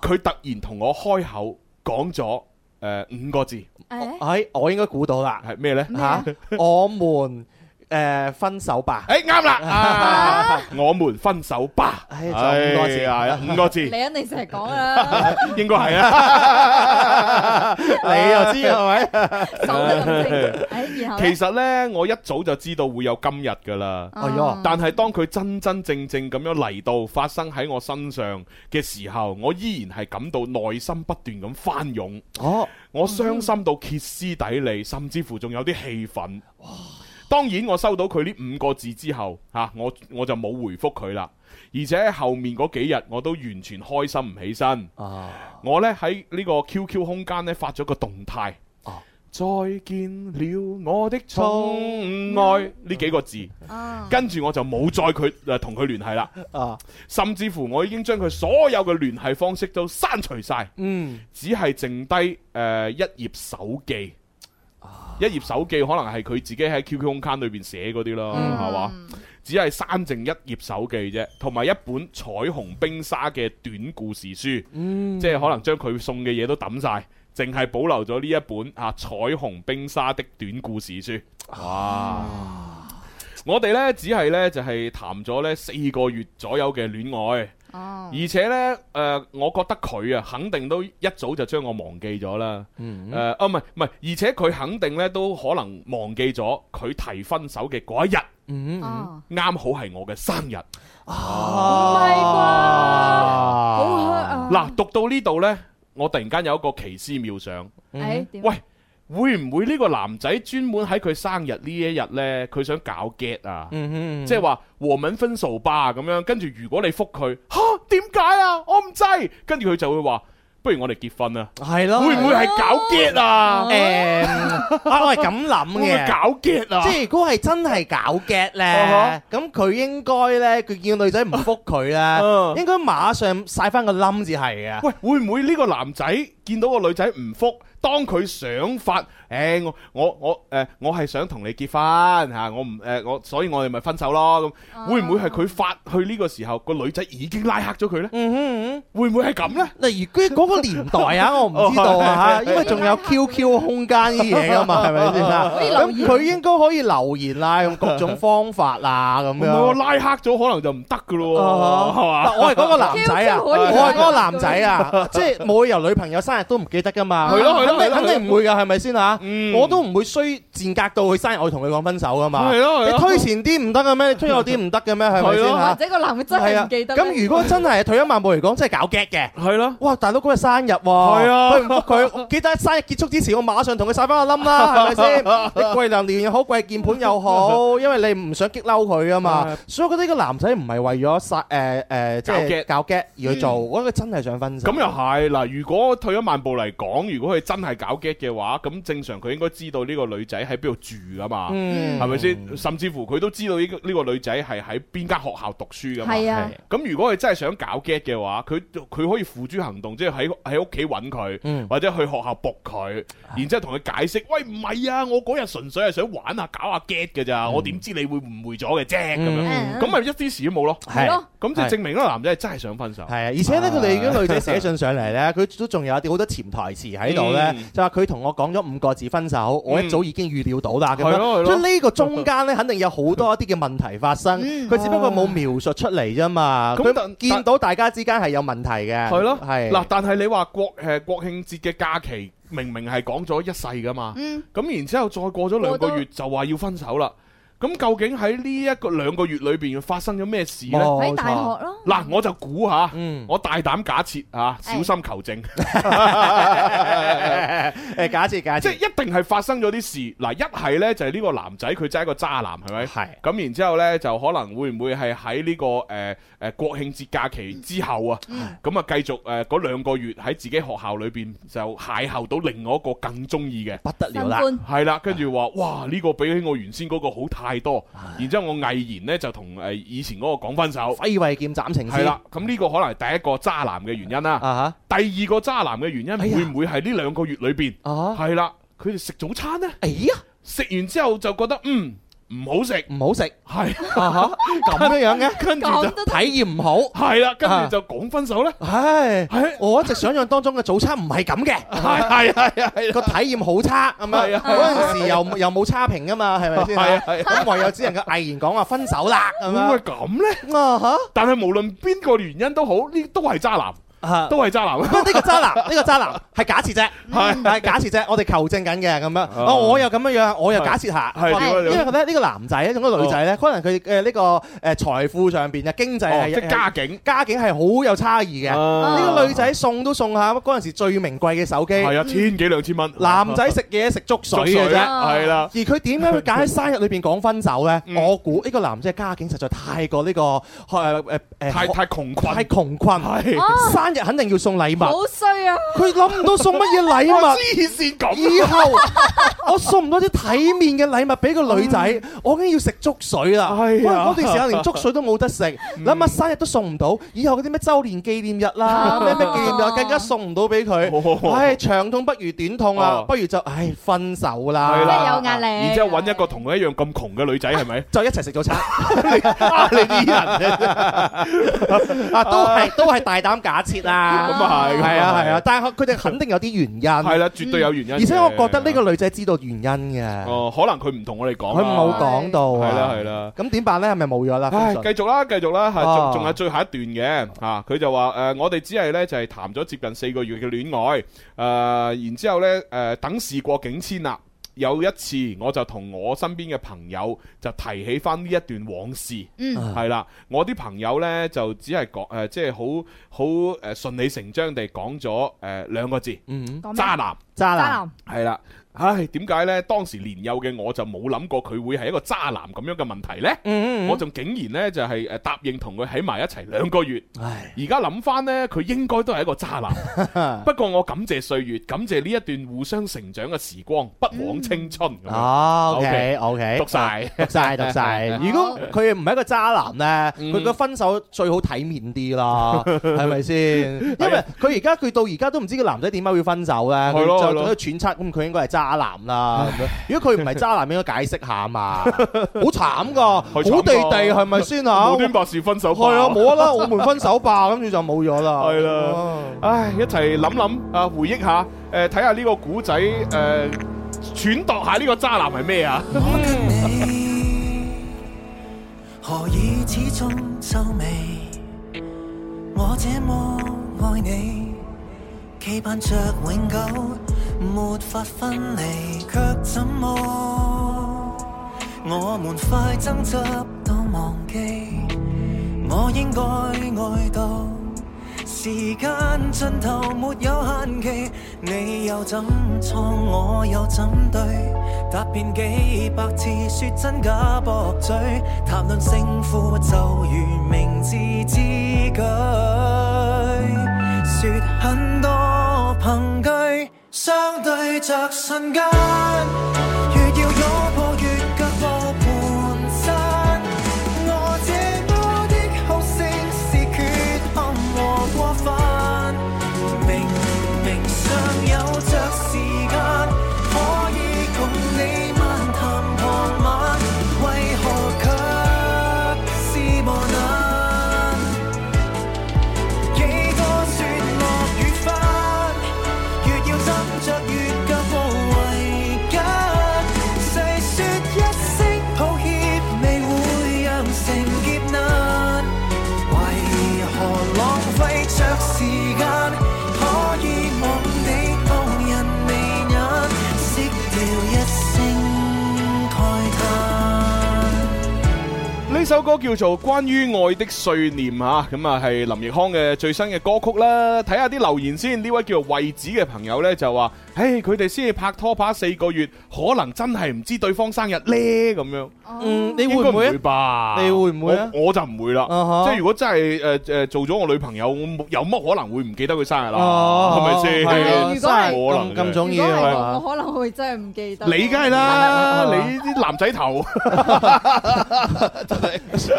S5: 佢突然同我開口講咗誒五個字，
S6: 哎，我應該估到啦，
S5: 係咩咧？
S6: 嚇，我們誒分手 吧。
S5: 誒啱啦，啊我們分手吧，
S6: 唉就五個字
S5: 係啊，五個字
S7: 你。肯定成日講啦，
S5: 應該係啊，你
S6: 又知係咪？
S7: 誒，然後
S5: 其
S7: 咧
S5: 實呢，我一早就知道會有今日噶啦。
S6: 哎呀
S5: 但係當佢真真正正咁樣嚟到，發生喺我身上嘅時候，我依然係感到內心不斷咁翻湧。
S6: 哦，
S5: 我傷心到歇斯底里，甚至乎仲有啲氣憤。當然，我收到佢呢五個字之後，嚇、我我就冇回覆佢啦。而且後面嗰幾日我都完全開啊心唔起身。我呢喺呢個 QQ 空間呢發咗個動態，再見了我的寵愛啊呢幾個字，跟住我就冇再佢誒同佢聯繫啦。
S6: 啊，
S5: 甚至乎我已經將佢所有嘅聯繫方式都刪除晒，
S6: 嗯，
S5: 只係剩低誒、呃一頁手記。一頁手記可能係佢自己喺 QQ 空間裏邊寫嗰啲咯，係嘛、只係刪剩一頁手記啫，同埋一本彩虹冰沙嘅短故事書，
S6: 嗯
S5: 即係可能將佢送嘅嘢都抌晒，淨係保留咗呢一本啊彩虹冰沙的短故事書。哇！我哋呢，只係呢，就係談咗呢四個月左右嘅戀愛。
S7: Ờ. 哦
S5: 而且呢，誒、我覺得佢啊，肯定都一早就將我忘記咗啦。誒、啊，唔係唔係，而且佢肯定呢，都可能忘記咗佢提分手嘅嗰一日，啱、
S6: 嗯
S7: 哦
S5: 好係我嘅生日。Ờ,
S7: 好香啊！
S5: 嗱，讀到呢度呢，我突然間有一個奇思妙想。
S7: 誒點
S5: 喂，會唔會呢個男仔專門喺佢生日呢一日呢，佢想搞 get 啊？
S6: 嗯
S5: 即係話和敏分手吧咁樣，跟住如果你覆佢，吓點解啊？我唔制，跟住佢就會話，不如我哋結婚啦。
S6: 係咯，
S5: 會唔會係搞 get 啊？
S6: 誒，啊，我係咁諗
S5: 會唔會
S6: 嘅，
S5: 搞 get 啊
S6: 即係如果係真係搞 get
S5: 啊
S6: 咧，咁佢應該咧，佢見個女仔唔覆佢 咧，應該馬上晒翻個冧至係嘅。
S5: 喂，會唔會呢個男仔見到個女仔唔復，當佢想法，誒、我我我誒、我係想同你結婚嚇、我唔誒、我，所以我哋咪分手咯咁。會唔會係佢發去呢個時候，個女仔已經拉黑咗佢呢？
S6: 嗯
S5: 哼，會唔會係咁呢？
S6: 嗱，如果嗰個年 代啊，我唔知道啊因為仲有 QQ 空間呢啲嘢噶嘛，係 咪先啊？
S5: 可以留
S6: 咁
S5: 言
S6: 佢應該可以留言啦，用各種方法啦，咁
S5: 唔係喎，
S6: 樣。
S5: 拉黑咗可能就唔得噶咯
S6: 啊
S5: 喎，係嘛？
S6: 但我係嗰 個男仔啊，我係嗰個男仔 啊，即係冇理由女朋友生日都唔記得噶嘛，
S5: 係咯
S6: 啊
S5: 係咯
S6: 肯定
S5: 係咯
S6: 肯定唔會噶，係咪先啊？我都唔會衰賤格到佢生日，我同佢講分手噶嘛。
S5: 係咯係咯
S6: 你推前啲唔得嘅咩？你推後啲唔得嘅咩？係咪先
S7: 或
S6: 啊
S7: 者個男嘅真
S6: 係
S7: 係
S6: 啊
S7: 唔記得咧。
S6: 咁如果真係退一萬步嚟講，真係搞 get 嘅。
S5: 係咯。
S6: 哇！大佬嗰日生日喎，
S5: 係啊
S6: 佢唔覆佢，我記得生日結束之前，我馬上同佢晒翻個冧 啦，係咪先？你跪榴蓮又好，跪鍵盤又 好，因為你唔想激嬲佢啊嘛。所以我覺得呢個男仔唔係為咗殺誒誒，即係搞 get 而去做，我覺得佢真係想分手。
S5: 嗯咁又係嗱，如果退一萬步嚟講，如果佢真係搞 get 嘅話，咁正常佢應該知道呢個女仔喺邊度住噶嘛，
S6: 嗯
S5: 係咪先？甚至乎佢都知道呢個呢個女仔係喺邊間學校讀書噶嘛。
S6: 係啊
S5: 咁如果佢真係想搞 get 嘅話，佢佢可以付諸行動，即係喺喺屋企揾佢，
S6: 嗯啊
S5: 或者去學校仆佢，然之後同佢解釋：喂，唔係啊，我嗰日純粹係想玩下搞下 get 嘅咋，我點知你會誤會咗嘅啫咁樣。
S6: 嗯
S5: 咁咪一啲事都冇咯。
S6: 係咯
S5: 咁就證明呢個男仔係真係想分手。係
S6: 啊，而且咧，佢哋啲女仔寫信上嚟咧，佢都仲有啲好多潛台詞喺度咧
S5: 啊嗯，
S6: 就話佢同我講咗五個字分手，我一早已經預料到啦。咁
S5: 係咯係
S6: 樣，
S5: 咯
S6: 所以呢個中間咧，肯定有好多一啲嘅問題發生，佢只不過冇描述出嚟啫嘛。
S5: 嗯咁但
S6: 佢見到大家之間係有問題嘅，
S5: 係咯，
S6: 係
S5: 嗱，但係你話國誒國慶節嘅假期，明明係講咗一世噶嘛，
S6: 嗯
S5: 咁然之後再過咗兩個月就話要分手啦。咁究竟喺呢一個兩個月裏邊發生咗咩事呢？
S6: 哦冇喺大錯學
S7: 咯。
S5: 嗱，我就估下，
S6: 嗯
S5: 我大膽假設啊，小心求 證。
S6: 誒假設假設，
S5: 即係一定係發生咗啲事。嗱，一係呢就係呢個男仔佢真係一個渣男，係咪？
S6: 係。
S5: 咁然之後呢，就可能會唔會係喺呢個誒誒國慶節假期之後啊，咁啊繼續誒嗰兩個月喺自己學校裏邊就邂逅到另外一個更中意嘅，不
S6: 得
S7: 了啦新歡
S5: 係啦，跟住話哇呢個比起我原先嗰個好太多，然之後我毅然呢就同誒以前嗰個講分手，
S6: 揮慧劍斬情絲啊
S5: 係啦，咁呢個可能係第一個渣男嘅原因啦。第二個渣男嘅原因會唔會係呢兩個月裏邊？係啦，佢哋食早餐呢？
S6: 哎呀，
S5: 食完之後就覺得嗯唔好食，
S6: 唔好食，
S5: 係
S6: 啊哈咁樣樣嘅，
S5: 跟住就
S6: 體驗唔好，
S5: 係啦，跟住就講分手咧。
S6: 唉，我一直想象當中嘅早餐唔係咁嘅，
S5: 係係係
S6: 個體驗好差咁
S5: 係
S6: 樣，
S5: 啊
S6: 嗰陣時又又冇差評噶嘛，係咪先啊？
S5: 係啊係啊
S6: 咁唯有只能夠毅然講話分手啦咁
S5: 會唔會
S6: 樣。
S5: 咁呢？
S6: 啊哈！
S5: 但係無論邊個原因都好，呢都係渣男，都係渣男。
S6: 不過呢個渣男，呢個渣男係假設啫，
S5: 係啊
S6: 係假設啫，我哋求證緊嘅咁樣。哦，我又咁樣樣，我又假設下，
S5: 係係點啊
S6: 因
S5: 點啊
S6: 為覺得呢個男仔同個女仔咧，可能佢嘅呢個誒財富上邊嘅經濟啊
S5: 哦
S6: 係
S5: 即係家境，
S6: 家境係好有差異嘅。
S5: 啊
S6: 呢個女仔送都送下嗰陣時最名貴嘅手機，
S5: 係啊，千幾兩千蚊。
S6: 男仔食嘢食粥水
S5: 粥
S6: 嘅
S5: 水
S6: 啫，嗯
S5: 係啦
S6: 而佢點解會揀喺生日裏邊講分手呢？我估呢個男呃仔嘅家境實在太過呢個誒誒誒
S5: 太太窮困，
S6: 太窮困
S5: 係。
S6: 生日肯定要送禮物。
S7: 好衰啊！
S6: 佢諗唔到送乜嘢禮
S7: 我
S6: 物，
S7: 黐線咁
S6: 以後我送唔到啲體面嘅禮物俾個女仔，
S5: 嗯
S6: 我已經要食粥水啦。
S5: 係啊
S6: 哇嗰段時間連粥水都冇得食，
S5: 嗯
S6: 諗下生日都送唔到，以後嗰啲咩周年紀念日 啦，咩咩紀念日更加送唔到俾佢。唉，長痛不如短痛啊
S5: 哦，
S6: 不如就唉分手啦。
S5: 係啦，然之後揾一個同佢一樣咁窮嘅女仔係咪？
S6: 就一齊食早餐。
S5: 啊你啲人
S6: 啊，都係都係大膽假設啦。
S5: 咁啊係咁啊
S6: 係啊
S5: 係
S6: 係啊，但係佢哋肯定有啲原因。係
S5: 啦絕對有原因嘅
S6: 而且我覺得呢個女仔知道原因嘅，
S5: 哦，可能佢唔同我哋講啦，
S6: 佢冇講到啊。
S5: 係啦係啦。
S6: 咁點辦咧？係咪冇咗啦？
S5: 唉，
S6: 封信
S5: 繼續啦，繼續啦，係
S6: 啊
S5: 仲仲有最後一段嘅嚇，佢就話誒，我哋只係咧就係談咗接近四個月嘅戀愛，誒，然之後咧誒，等事過境遷啦。有一次，我就同我身邊嘅朋友就提起翻呢一段往事，
S2: 嗯
S6: 啊
S5: 係啦，我啲朋友呢，就只係講誒，即係好好誒順理成章地講咗誒兩個字，
S2: 講咩
S5: 渣男，
S6: 渣
S2: 渣男
S5: 係啦，唉，點解呢？當時年幼嘅我就冇諗過佢會係一個渣男咁樣嘅問題呢。
S6: 嗯嗯嗯
S5: 我仲竟然呢，就係誒答應同佢喺埋一齊兩個月。
S6: 唉
S5: 而家諗翻呢，佢應該都係一個渣 男。不過我感謝歲月，感謝呢一段互相成長嘅時
S6: 嗯
S5: 光，不枉青春。咁樣
S6: 哦，OK OK，
S5: 讀晒，
S6: 讀晒，讀 晒。如果佢唔係一個渣男咧，
S5: 嗯
S6: 佢個分手最好體面啲 啦，係咪先？
S5: 啊
S6: 因為佢而家佢到而家都唔知個男仔點解會分手咧，
S5: 係
S6: 佢
S5: 咯係
S6: 就
S5: 咯
S6: 喺度揣測，咁佢應該係渣男 啦。咁樣如果佢唔係渣男，應該解釋下嘛。好慘噶，好
S5: 慘㗎
S6: 地地係咪先啊？
S5: 無端白事分手吧
S6: 係啊，冇啦，我們分手吧，跟住就冇咗啦。
S5: 係啦，唉，一齊諗諗啊，回憶下，誒，睇下呢個古仔，誒，揣度下呢個渣男係咩啊？
S8: 何以始終收尾？我這麼愛你，期盼着永久，沒法分離，卻怎麼我們快爭執到忘記？我應該愛到時間盡頭沒有限期，你又怎錯，我又怎對？答遍幾百次，說真假駁嘴，談論勝負就如明智之舉，說很多憑據，相對着瞬間。越要擁抱越腳步蹣跚我這麼的好勝是缺陷和過分，明明尚有着時間，可以共你漫談傍晚，為何卻是磨難？幾多雪落雨翻，越要斟酌越覺無謂間。細說一聲抱歉，未會讓成劫難。為何浪費着時間？可以望你望人眉眼，熄掉一聲慨嘆。
S5: 呢首歌叫做《關於愛的碎念》吓，咁啊係林奕匡嘅最新嘅歌曲啦。睇下啲留言先，呢位叫做惠子嘅朋友呢，就話：，唉，佢哋先至拍拖拍四個月，可能真係唔知對方生日呢。」咁樣。
S6: 嗯，你
S5: 應
S6: 會
S5: 該
S6: 唔會啊？
S5: 吧？
S6: 你會唔會啊 Uh-huh
S5: 我我就唔會啦。
S6: 哈
S5: 即係如果真係誒誒做咗我女朋友，我冇有乜可能會唔記得佢生日啦？
S6: 哦
S5: 係咪先？
S6: 係啊如果係
S5: 冇可能
S6: 咁
S5: 嘅
S6: 重
S7: 如果係
S5: 係
S7: 我，我可能會真係唔記得。
S5: 你梗 係啦，你啲男仔頭。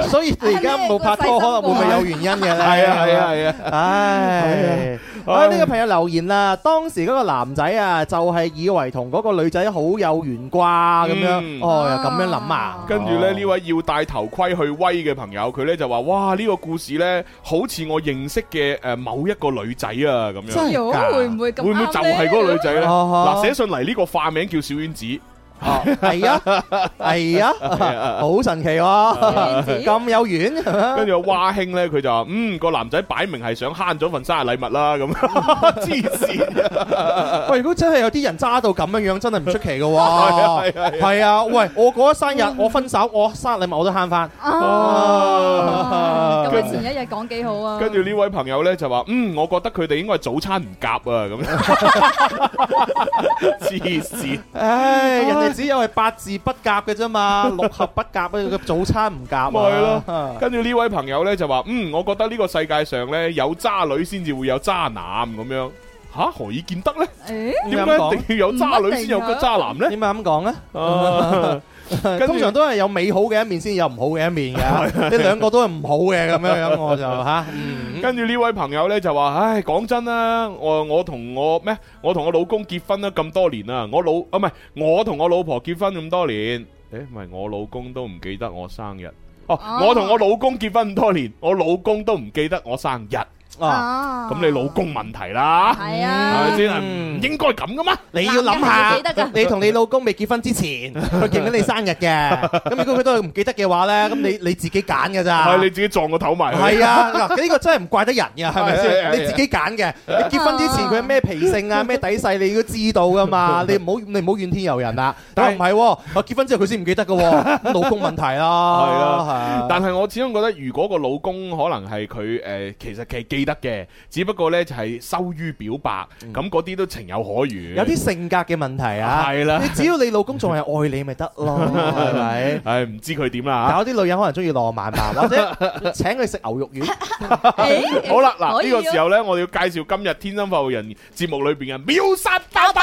S6: 所以你而家冇拍拖，可能會唔會有原因嘅咧？
S5: 係啊係啊係啊
S6: 唉，
S5: 係啊
S6: 啊呢個朋友留言啦，當時嗰個男仔啊，就係以為同嗰個女仔好有緣啩咁
S5: 嗯
S6: 樣，哦，又咁樣諗啊，
S5: 跟住咧，呢位要戴頭盔去威嘅朋友，佢咧就話：，哇，呢個故事咧，好似我認識嘅誒某一個女仔啊，咁樣。
S6: 真係㗎
S7: 會唔會咁啱
S5: 會唔會就係嗰個女仔咧？
S6: 哦哦
S5: 嗱，寫信嚟呢個化名叫小丸子。
S6: 哦係啊，係啊，好神奇喎，咁有緣，
S5: 跟住阿蛙兄咧，佢就話：，嗯，個男仔擺明係想慳咗份生日禮物啦，咁嗯黐線。
S6: 喂，如果真係有啲人揸到咁樣樣，真係唔出奇嘅喎
S5: 啊 係啊係，嗯啊
S6: 係啊，喂，我過咗生日，我分手，我生日禮物我都慳翻，
S5: 哦
S6: 啊
S7: 佢前一日講幾好啊。
S5: 跟住呢位朋友咧就話：嗯，我覺得佢哋應該係早餐唔夾啊， 咁樣黐線。
S6: 唉，人哋只有係八字不夾嘅啫嘛，六合不夾啊，個早餐唔夾啊。
S5: 咪係咯，跟住呢位朋友咧就話：嗯，我覺得呢個世界上咧有渣女先至會有渣男咁樣。吓，何以見得咧？點解一定啊要有渣女先有個渣男 咧？
S6: 點解咁講咧？
S5: 啊跟住
S6: 通常都係有美好嘅一面先有唔好嘅一面㗎，你兩個都係唔好嘅咁樣樣，我就嗯嚇。
S5: 跟住呢位朋友呢，就話：，唉，講真啦，我我同我咩？我同我老公結婚咗咁多年啦，我老啊唔係我同我老婆結婚咁多年，誒唔係我老公都唔記得我生日。哦，
S6: 哦
S5: 我同我老公結婚咁多年，我老公都唔記得我生日。
S7: ờ.
S6: 啊
S5: 咁你老公問題啦，係啊，係咪先係唔應該咁噶嘛？
S6: 你要諗下，你同你老公未結婚之前，佢記唔記得你生日嘅？咁如果佢都係唔記得嘅話咧，咁你你自己揀㗎咋？
S5: 係你自己撞個頭埋去。
S6: 係啊，嗱，呢個真係唔怪得人嘅，係咪
S5: 係係
S6: 先？
S5: 係
S6: 你自己揀嘅。你結婚之前佢有咩脾性 啊、咩底細，你都知道噶嘛。你唔好你唔好怨天尤人啦。但唔係喎，我結婚之後佢先唔記得嘅喎， 咁老公問題啦。
S5: 係
S6: 係
S5: 啊，但係我始終覺得，如果個老公可能係佢誒，其實係記得嘅，只不過呢就係羞於表白，咁嗰啲都情有可原。
S6: 有啲性格嘅問題啊。
S5: 係啦
S6: 你只要你老公仲係愛你咪得咯，係 咪？
S5: 唉，唔知佢點
S6: 但
S5: 啦
S6: 有啲女人可能中意浪漫吧，或者請佢食牛肉丸。
S5: 嚇好啦，嗱
S6: 可以
S5: 呢
S6: 啊
S5: 個時候呢，我哋要介紹今日《天生發育人》節目裏邊嘅秒殺
S7: 爆板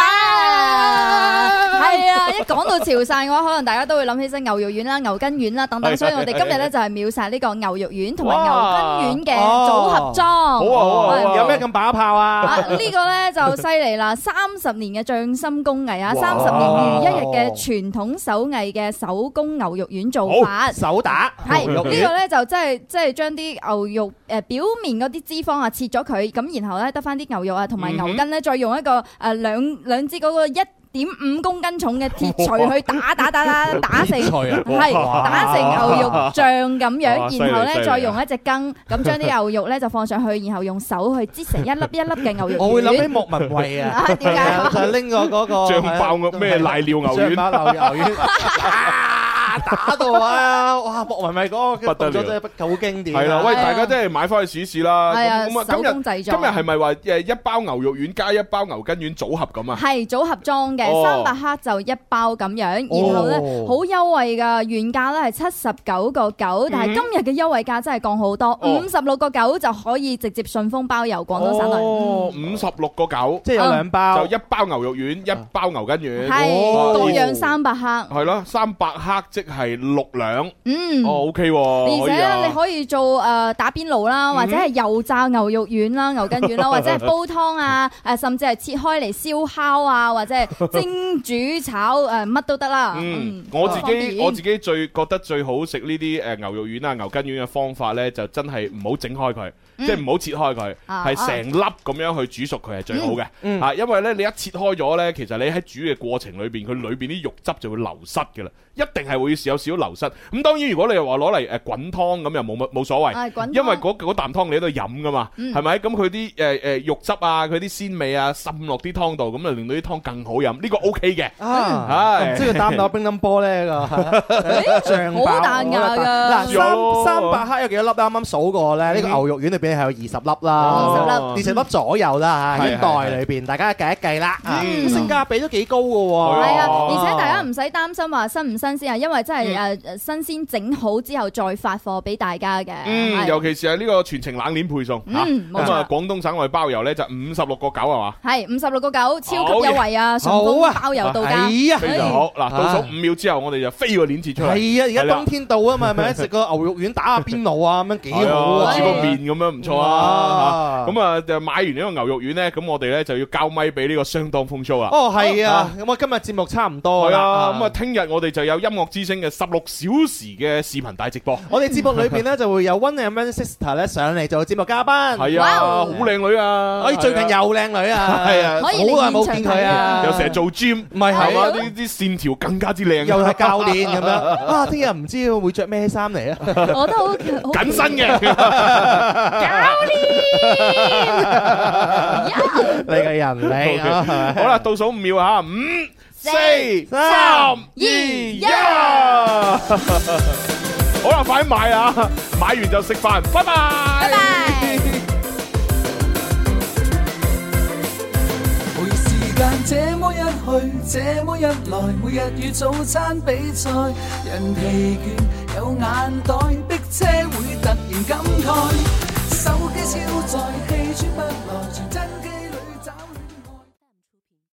S7: 係啊！一講到潮汕嘅話，可能大家都會諗起身牛肉丸啦、牛筋丸啦等
S5: 係
S7: 等，所以我哋今日咧就係秒殺呢個牛肉丸同埋牛筋丸嘅組合裝。
S6: 啊
S7: 係
S6: 有咩咁把炮啊
S7: 啊！？呢個咧就犀利啦，三十年嘅匠心工藝啊，三十年如一日嘅傳統手藝嘅手工牛肉丸做法，
S6: 手打
S7: 係呢
S6: 牛肉
S7: 個
S6: 丸
S7: 咧就真係即係將啲牛肉誒表面嗰啲脂肪啊切咗佢，咁然後咧得翻啲牛肉啊同埋牛筋咧，再用一個誒兩兩支嗰個一。點五公斤重嘅鐵錘去打打打打打成，
S2: 鐵錘啊
S7: 係
S2: 哇
S7: 打成牛肉醬咁
S2: 哇
S7: 樣，然後
S2: 犀利
S7: 咧
S2: 犀利
S7: 再用一隻羹，咁將啲牛肉咧就放上去，然後用手去擠成一粒一粒嘅牛肉丸。
S6: 我會諗起莫文蔚啊，
S7: 啊點解
S6: 係啊就係拎個嗰個
S5: 醬爆個咩瀨尿牛丸
S6: 醬爆牛牛 丸，啊打到啊！哇，莫文蔚嗰個
S5: 不得
S6: 動
S5: 了
S6: 作真係好經典啊。
S5: 係啦，喂，
S6: 係啊
S5: 大家真係買翻去試試啦。
S7: 係啊
S5: 咁咁
S7: 手工製
S5: 今
S7: 作啊
S5: 日係咪話誒一包牛肉丸加一包牛筋丸組合咁啊？
S7: 係組合裝嘅，
S5: 哦
S7: 三百克就一包咁樣，然後咧
S5: 哦
S7: 好優惠㗎，原價咧係七十九個九，但係今日嘅優惠價真係降好多，
S5: 嗯哦
S7: 五十六個九就可以直接順豐包郵廣東省內。
S5: 哦，五十六個九，
S6: 即係有兩包
S5: 就一包牛肉丸，一包牛
S7: 哦
S5: 筋丸，
S7: 啊嗯係
S5: 哦
S7: 各樣三百克，
S5: 係咯，三百克即係六兩，
S7: 嗯
S5: 哦，OK 喎，
S7: 而
S5: 可以
S7: 且你
S5: 啊。嗯
S7: 可以做誒打邊爐啦，或者係油炸牛肉丸啦、牛筋丸 啦，或者係煲湯啊，誒甚至係切開嚟燒烤啊，或者 係蒸煮炒誒乜都得啦。
S5: 嗯，我自己我自
S7: 己
S5: 己最覺得最好食呢啲誒牛肉丸啊、牛筋丸嘅方法呢，就真係唔好整開佢，
S15: 嗯
S5: 即係唔好切開佢，
S15: 啊
S5: 係成粒咁樣去煮熟佢係最好嘅
S15: 嗯嗯
S5: 啊，因為呢，你一切開咗呢，其實你喺煮嘅過程裏邊，佢裏邊啲肉汁就會流失嘅啦，一定係會有少少流失。咁當然如果你話攞嚟誒滾湯咁又冇乜冇所
S15: 係滾
S5: 謂，
S15: 湯
S5: 因為嗰嗰啖湯你喺度飲噶嘛，
S15: 嗯
S5: 係咪？咁佢啲誒誒肉汁啊，佢啲鮮味啊，滲落啲湯度，咁啊令到啲湯更好飲，呢個 OK 嘅。
S6: À. 啊，
S5: 係
S6: 唔知佢打唔打乒乓波咧個，醬
S7: 好彈牙㗎
S6: 嗱，三三百克有幾多粒咧？啱啱數過咧，呢個牛肉丸裏邊係有二十粒啦，
S5: Ờ,
S7: 哦
S6: 二十粒左右啦嚇，
S7: 係
S6: 一袋裏邊大家計一計啦。啊性價比都幾高㗎
S5: 哦
S6: 喎，
S7: 係啊，而且大家唔使擔心話新唔新鮮啊，因為真係誒新鮮整好之後再發貨俾大家嘅。
S5: 嗯，
S7: 係
S5: 尤其是係呢個全程冷鏈配送
S7: 嗯
S5: 嚇
S7: 冇錯
S5: 咁啊廣東省外包郵呢，就五十六個九係嘛？
S7: 係五十六個九，超級優惠啊！順
S5: 好啊
S7: 豐包郵到家，
S5: 非常好。嗱，倒數
S6: 啊
S5: 五秒之後，我哋就飛個鏈接出嚟。
S6: 係啊，而家
S5: 係啦
S6: 冬天到啊嘛，係咪食個牛肉丸打下邊爐啊，咁樣幾好啊！
S5: 煮哎個面咁樣唔錯啊！
S6: 哇
S5: 嚇咁啊，就買完呢個牛肉丸呢，咁我哋呢就要交咪俾呢個相當風騷啊！
S6: 哦，係啊，咁我今日節目差唔多
S5: 係
S6: 啦。
S5: 啊，咁啊，聽日我哋就有音樂之聲嘅十六小時嘅視頻大直播。
S6: 我哋節目裏邊咧就會有 One and One Sister 咧上嚟做節目嘉賓。
S5: 係啊，好
S7: 哦
S5: 靚女啊！
S6: 哎最近又靚女啊
S5: 係啊，
S6: 可以嚟好耐冇見佢啊現場睇啊
S5: 又成日做 gym，唔
S6: 係
S5: 係
S6: 係
S5: 嘛？
S6: 啊
S5: 啲啲線條更加之靚，
S6: 又係教練咁樣啊！聽日唔知會着咩衫嚟啊？
S7: 我都好
S5: 緊身嘅。
S6: 你嘅人你啊，係咪
S5: 哦好啦，倒數五秒吓，五、四、三、二、一。好啦，快啲買啊！買完就食飯，拜拜。
S8: 陪時間這麼一去，這麼一來，每日與早餐比賽，人疲倦有眼袋，逼車會突然感慨，手機超載，氣喘不來，全真。